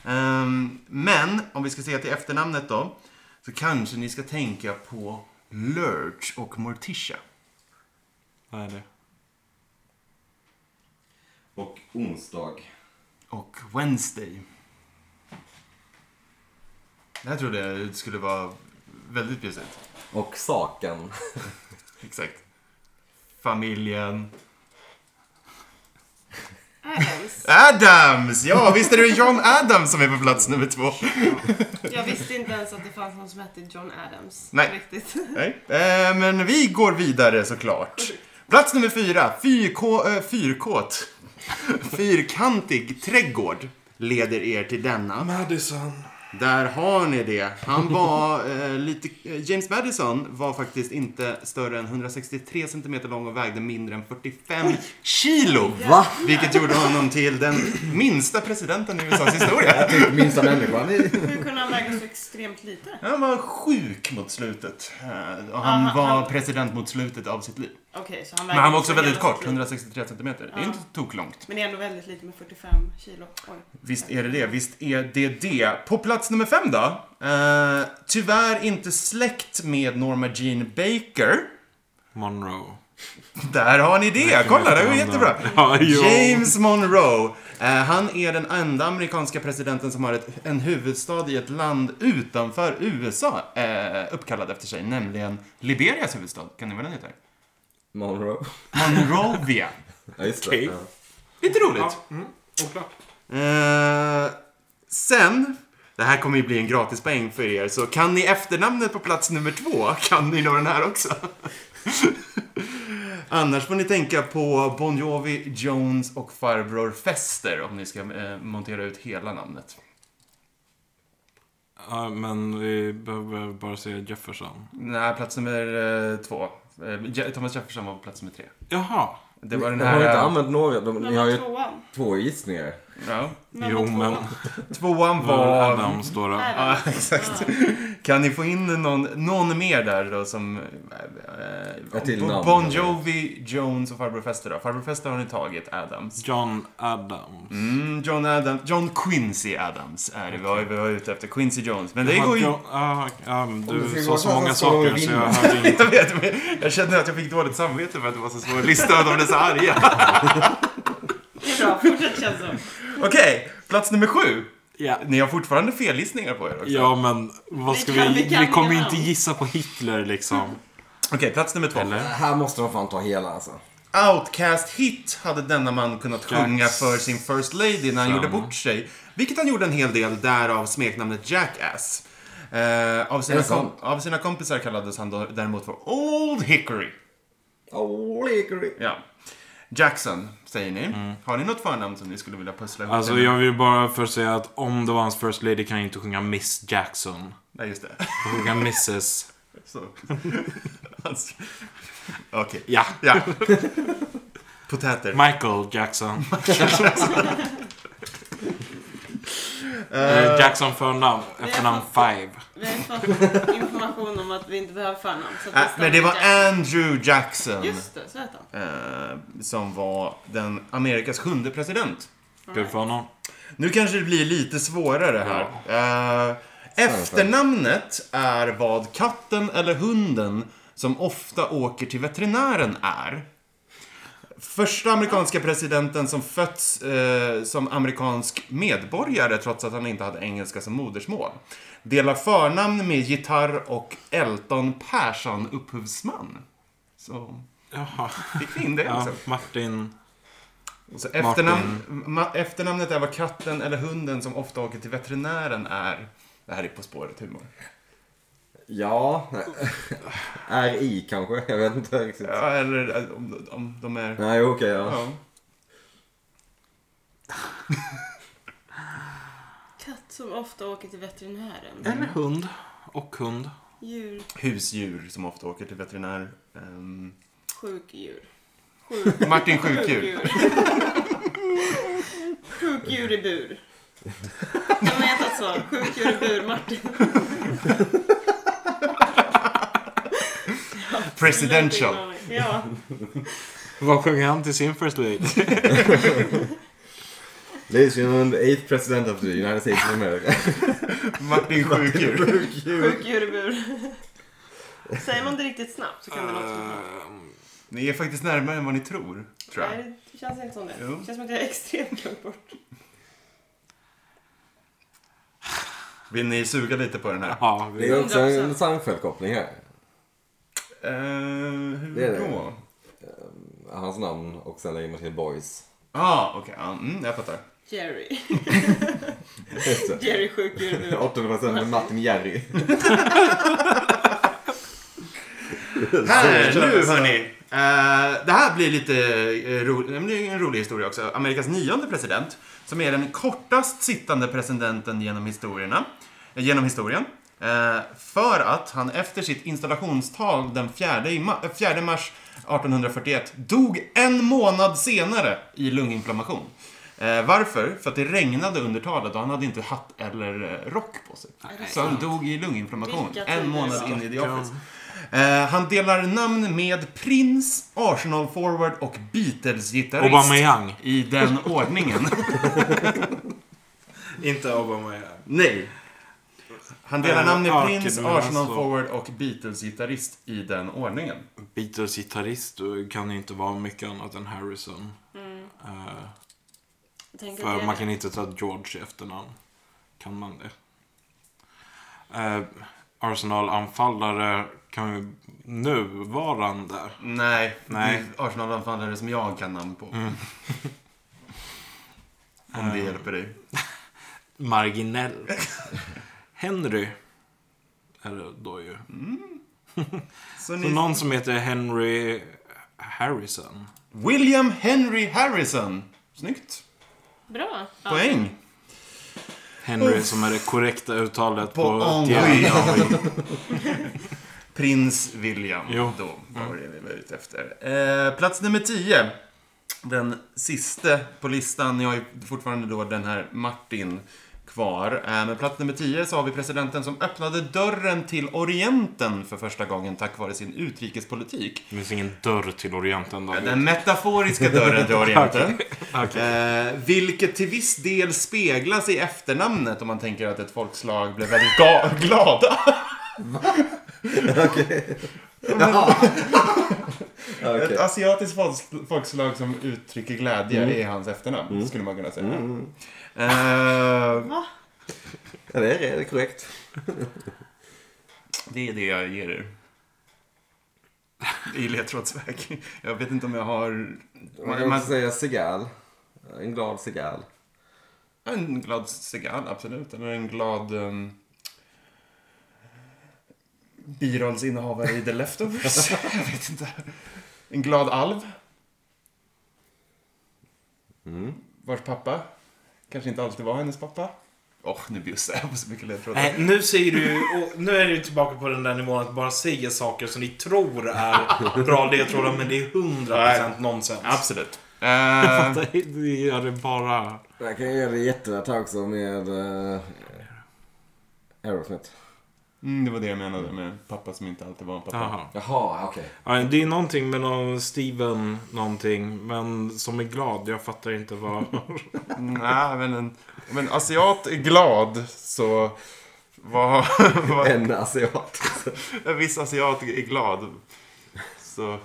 Ehm, men om vi ska se till efternamnet då. Så kanske ni ska tänka på Lurch och Morticia. Vad är det? Och onsdag. och Wednesday. Det här trodde jag skulle vara väldigt bjussigt. Och saken. Exakt. Familjen. Adams. Adams! Ja, visst är det John Adams som är på plats nummer två. Jag visste inte ens att det fanns någon som hette John Adams. Nej. Riktigt. Nej. Eh, men vi går vidare såklart. Plats nummer fyra. Fyrkå, eh, fyrkåt. Fyrkantig trädgård leder er till denna. Madison. Där har ni det. Han var eh, lite... eh, James Madison var faktiskt inte större än 163 cm lång och vägde mindre än 45 kilo. Va? Vilket gjorde honom till den minsta presidenten i USAs historia. Typ Minsta människan i... Hur kunde han väga så extremt lite? Han var sjuk mot slutet. Eh, Och Ja, han var han- president mot slutet av sitt liv. Okej, så han vägde Men han var också hela väldigt sitt kort, liv. 163 centimeter. Det är Ja. inte tok långt. Men det är ändå väldigt lite med 45 kilo. Oj. Visst är det det, visst är det det. På plats nummer fem då. Eh, tyvärr inte släkt med Norma Jean Baker. Monroe. Där har ni det! Kolla, det var jättebra. Ja, jo. James Monroe. Eh, han är den enda amerikanska presidenten som har ett, en huvudstad i ett land utanför USA eh, uppkallad efter sig, nämligen Liberias huvudstad. Kan ni vad den heter? Monroe. Monrovia. Ja, just det. Okej. Ja. Lite roligt. Ja, mm. Oklart. Eh, sen, det här kommer ju bli en gratispoäng för er, så kan ni efternamnet på plats nummer två, kan ni nog den här också. Annars får ni tänka på Bon Jovi, Jones och farbror Fester om ni ska eh, montera ut hela namnet. Ja, men vi behöver bara se Jefferson. Nej, plats nummer eh, två. Eh, Je- Thomas Jefferson var på plats nummer tre. Jaha. Det var den De har inte här... eh, använt några. De, Men ni har vad ju tvåan? två gissningar. Ja. Men Jo, vad tvåan? men- Tvåan Var var... Adams då? då? Ja, Adams. exakt. Kan ni få in någon, någon mer där då som... Eh, Ett till Bo- namn. bon Jovi, Jones och Farbror Fester då. Farbror Fester har ni tagit, Adams. John Adams. Mm, John Adams. John Quincy Adams är det. Vi var, vi var ute efter Quincy Jones. Men det Jaha, går ju... John, ah, okej. ja, men Om det du skulle sa vara så så många att han ska saker så jag vinna. hörde inget. Jag vet, men jag kände att jag fick dåligt samvete för att det var så svår lista och de blev så arga. Det är bra, fortsätt känns det som. Okej, plats nummer sju. Ja. Ni har fortfarande fellistningar på er också. ja, men vad Vi ska kan- vi... vi kan Mm. Vi kommer ju inga inte namn. gissa på Hitler liksom. Okej, plats nummer två. Eller? Här måste de fan ta hela alltså. Outcast-hit hade denna man kunnat Jackson. sjunga för sin First Lady när han gjorde bort sig. Vilket han gjorde en hel del, därav smeknamnet Jackass. Eh, av, sina det sant? kom- av sina kompisar kallades han då, däremot för Old Hickory. Oh, Hickory. Ja. Jackson, säger ni. Har ni något förnamn som ni skulle vilja pussla ihop? Alltså det med? jag vill bara först säga att om det var hans first lady kan jag inte sjunga Miss Jackson. Nej, just det. Jag får sjunga Mrs. Så. Hans- Okej. Ja, Ja. Potäter. Michael Jackson. Eh, Jackson förnamn, efternamn Five. Vi har fått information om att vi inte behöver förnamn. så att Äh, vi stannar men det var vid Jack. Andrew Jackson. Just det, så hette han. eh, som var den Amerikas sjunde president. Ska vi få honom? Nu kanske det blir lite svårare här. Eh, efternamnet är vad katten eller hunden som ofta åker till veterinären är. Första amerikanska presidenten som fötts eh, som amerikansk medborgare trots att han inte hade engelska som modersmål. Delar förnamn med gitarr och Elton Persson upphovsman. Så Jaha. fick vi in det Ja, också. Martin. Och Så efternamn, ma- efternamnet är vad katten eller hunden som ofta åker till veterinären är. Det här är På spåret humor. Ja. R.I. kanske. Jag vet inte riktigt. Ja, eller eh, om, om de är... Nej, okej. ja. Ja. Katt som ofta åker till veterinären. Eller hund. Och hund. Djur, Husdjur som ofta åker till veterinär. Ehm, sjukdjur. Sjuk, Martin Sjukdjur. Sjukdjur i bur. De har hetat så. Sjukdjur i bur, Martin. Presidential. Ja. Vad sjunger han till sin first lady? Ladies and gentlemen, the eighth president of the United States of America. Martin Sjukdjur. Sjukdjur i bur. Säger man det riktigt snabbt så kan det låta som Ni är faktiskt närmare än vad ni Eh, tror. Tror jag. Nej, det känns inte som det. Jo. Det känns som att jag är extremt långt bort. Vill ni suga lite på den här? Ja, Det är också en Seinfeld-koppling här. Eh, hur Det är det. då? Hans namn och sen lägger man till boys. Ja, ah, okej. ja, mm, jag fattar. Jerry. Just det. Jerry sjukgör nu. 800% Martin Jerry. Här, nu hörni. Eh, det här blir lite eh, ro, det blir en rolig historia också. Amerikas nionde president, som är den kortast sittande presidenten genom, historierna, eh, genom historien. Eh, för att han efter sitt installationstal den 4, i ma- eh, 4 mars 1841 dog en månad senare i lunginflammation. Eh, varför? För att det regnade under talet och han hade inte hatt eller eh, rock på sig. Så han dog i lunginflammation Vilka tider. en månad in i The Office. Eh, han delar namn med Prince, Arsenal-forward och Beatles-gitarrist. Aubameyang. I den ordningen. Inte Aubameyang. Nej. Han delar Eh, alltså. namn med Arke, Prince, du menar Arsenal-forward och Beatles-gitarrist i den ordningen. Beatles gitarrist kan ju inte vara mycket annat än Harrison. Eh, Tänk att för det- man kan inte ta George i efternamn. Kan man det? Eh, Arsenal-anfallare kan ju nuvarande. Nej, Nej. Mm. det är Arsenal-anfallare som jag kan namn på. Om Eh. det hjälper dig. Marginell. Henry. Är det då ju. Så Så ni... någon som heter Henry Harrison. William Henry Harrison. Snyggt. Bra. Ja. Poäng. Henry som är det korrekta uttalet på... Oj, Tjena. oj, oj. Prins William Jo. Mm. då var det vi var ute efter. Eh, plats nummer 10. Den sista på listan. Jag har ju fortfarande då den här Martin kvar. Eh, men plats nummer 10 så har vi presidenten som öppnade dörren till Orienten för första gången tack vare sin utrikespolitik. Det finns ingen dörr till Orienten då. Den metaforiska dörren till Orienten. Okej. Eh, vilket till viss del speglas i efternamnet om man tänker att ett folkslag blev väldigt ga- glada. Ja, okej. Ett asiatiskt folks- folkslag som uttrycker glädje är hans efternamn, skulle man kunna säga. Eh, Va? Ja, det är, det är korrekt. det är det jag ger er. I ledtrådsväg. Jag vet inte om jag har... Man Man, kan man, också säga cigal. En glad cigal. en glad cigarr, absolut. Eller en glad... Um, birollsinnehavare i The Leftovers. jag vet inte. En glad alv. Mm. Vars pappa kanske inte alltid var hennes pappa. Åh, nu bjussar jag på så mycket ledtrådar. Nej, nu säger du och nu är du tillbaka på den där nivån att bara säga saker som ni tror är bra ledtrådar men det är 100% nonsens. Absolut. Det gör det bara... Jag kan göra det jättelätt här också med eh, Aerosmith. mm, det var det jag menade med pappa som inte alltid var en pappa. Jaha. Jaha, okej. Ja, Det är någonting med någon Steven någonting, men som är glad. Jag fattar inte vad... Mm, Nej, men en om en asiat är glad så... Vad, vad, En asiat. en viss asiat är glad. Så...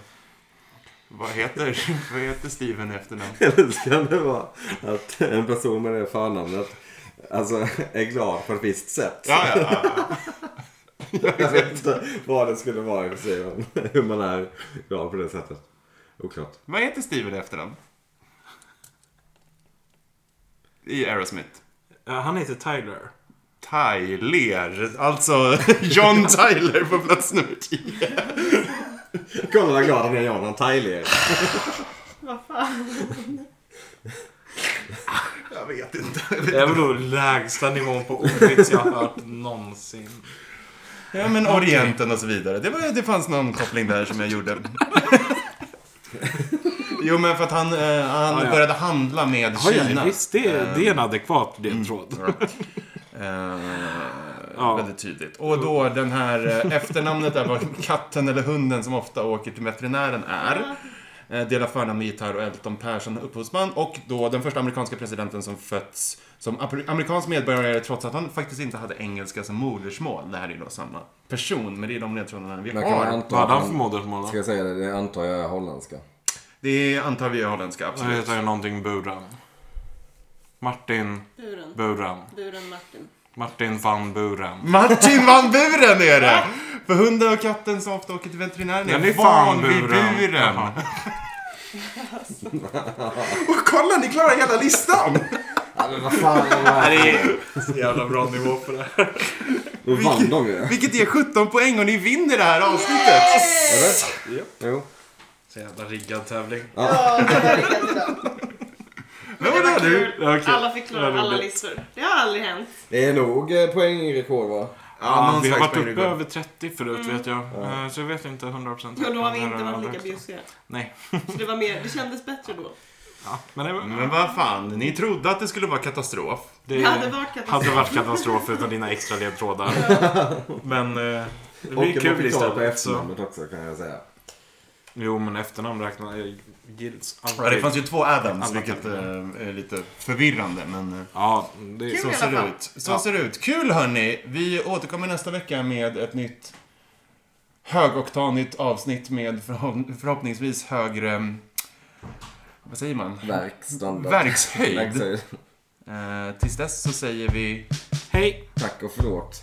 Vad heter, vad heter Steven i efternamn? Eller ska det vara att en person med det förnamnet alltså, är glad på ett visst sätt? Ja, ja, ja. Jag vet inte vad det skulle vara i och för sig, men hur man är glad på det sättet. Oklart. Vad heter Steven i efternamn? I Aerosmith. Ja, Han heter Tyler. Tyler. Alltså John Tyler på plats nummer 10. Kolla vad glad han är, Jonan Tyler. Vad fan? Jag vet inte. Det är väl då lägsta nivån på ordvits jag har hört någonsin. Ja, men Orienten och så vidare. Det, var, det fanns någon koppling där som jag gjorde. jo, men för att han, eh, han Ah, ja. började handla med Ja, ja, Kina. visst, det, är- det är en adekvat ledtråd. Eh, Mm. Ja. Väldigt tydligt. Och då den här eh, efternamnet är vad katten eller hunden som ofta åker till veterinären är. Eh, Delar förnamn med gitarr och Elton Persson är upphovsman och då den första amerikanska presidenten som fötts som amer- amerikansk medborgare trots att han faktiskt inte hade engelska som modersmål. Det här är ju då samma person, men det är de ledtrådarna vi Man kan har. Vad anta att hade han för han, modersmål ska då? jag säga det, det antar jag är holländska. Det är, antar vi är holländska, Han absolut. heter ju någonting Buran. Martin Buren. Buran. Buren Martin. Martin van Buren. Martin van Buren är det! För hunden och katten som ofta åker till veterinären Den är är van fan vid buren. buren. Jaha. Och kolla, ni klarar hela listan! Ja, men vad fan. vad- Det är så jävla bra nivå på det här. Då vann de ju. Vilket ger 17 poäng och ni vinner det här avsnittet! Eller? Japp. Jo. Så jävla riggad tävling. Ja, det var riktigt idag. Men vad Det är var det du? kul. Okej. Alla fick klara Det var alla roligt. listor. Det har aldrig hänt. Det är nog eh, poängrekord va? Ja, någon vi har slags varit poäng uppe igår. över 30 förut vet jag. Eh, Så jag vet inte 100% Och Mm. då har vi om det inte här varit är lika rätt. bjussiga. Nej. Så det, var mer, det kändes bättre då. Ja, men det, Men vad fan, ni trodde att det skulle vara katastrof. det Det hade varit katastrof. hade varit katastrof utan dina extra ledtrådar. Men eh, det Och blir kul jag fick ta på istället. Så. efternamnet också kan jag säga. Jo, men efternamn räknar eh, gills Ja, det aldrig. fanns ju två Adams, Alla vilket kan- eh, är lite förvirrande. Men eh, Ja, det Kul så i alla ser det fall. ut. Så Ja. ser det ut. Kul hörni! Vi återkommer nästa vecka med ett nytt högoktanigt avsnitt med förhopp- förhoppningsvis högre... mm, Vad säger man? Verkstandard. Verkshöjd. Verkshöjd. Eh, tills dess så säger vi... Hej! Tack och förlåt.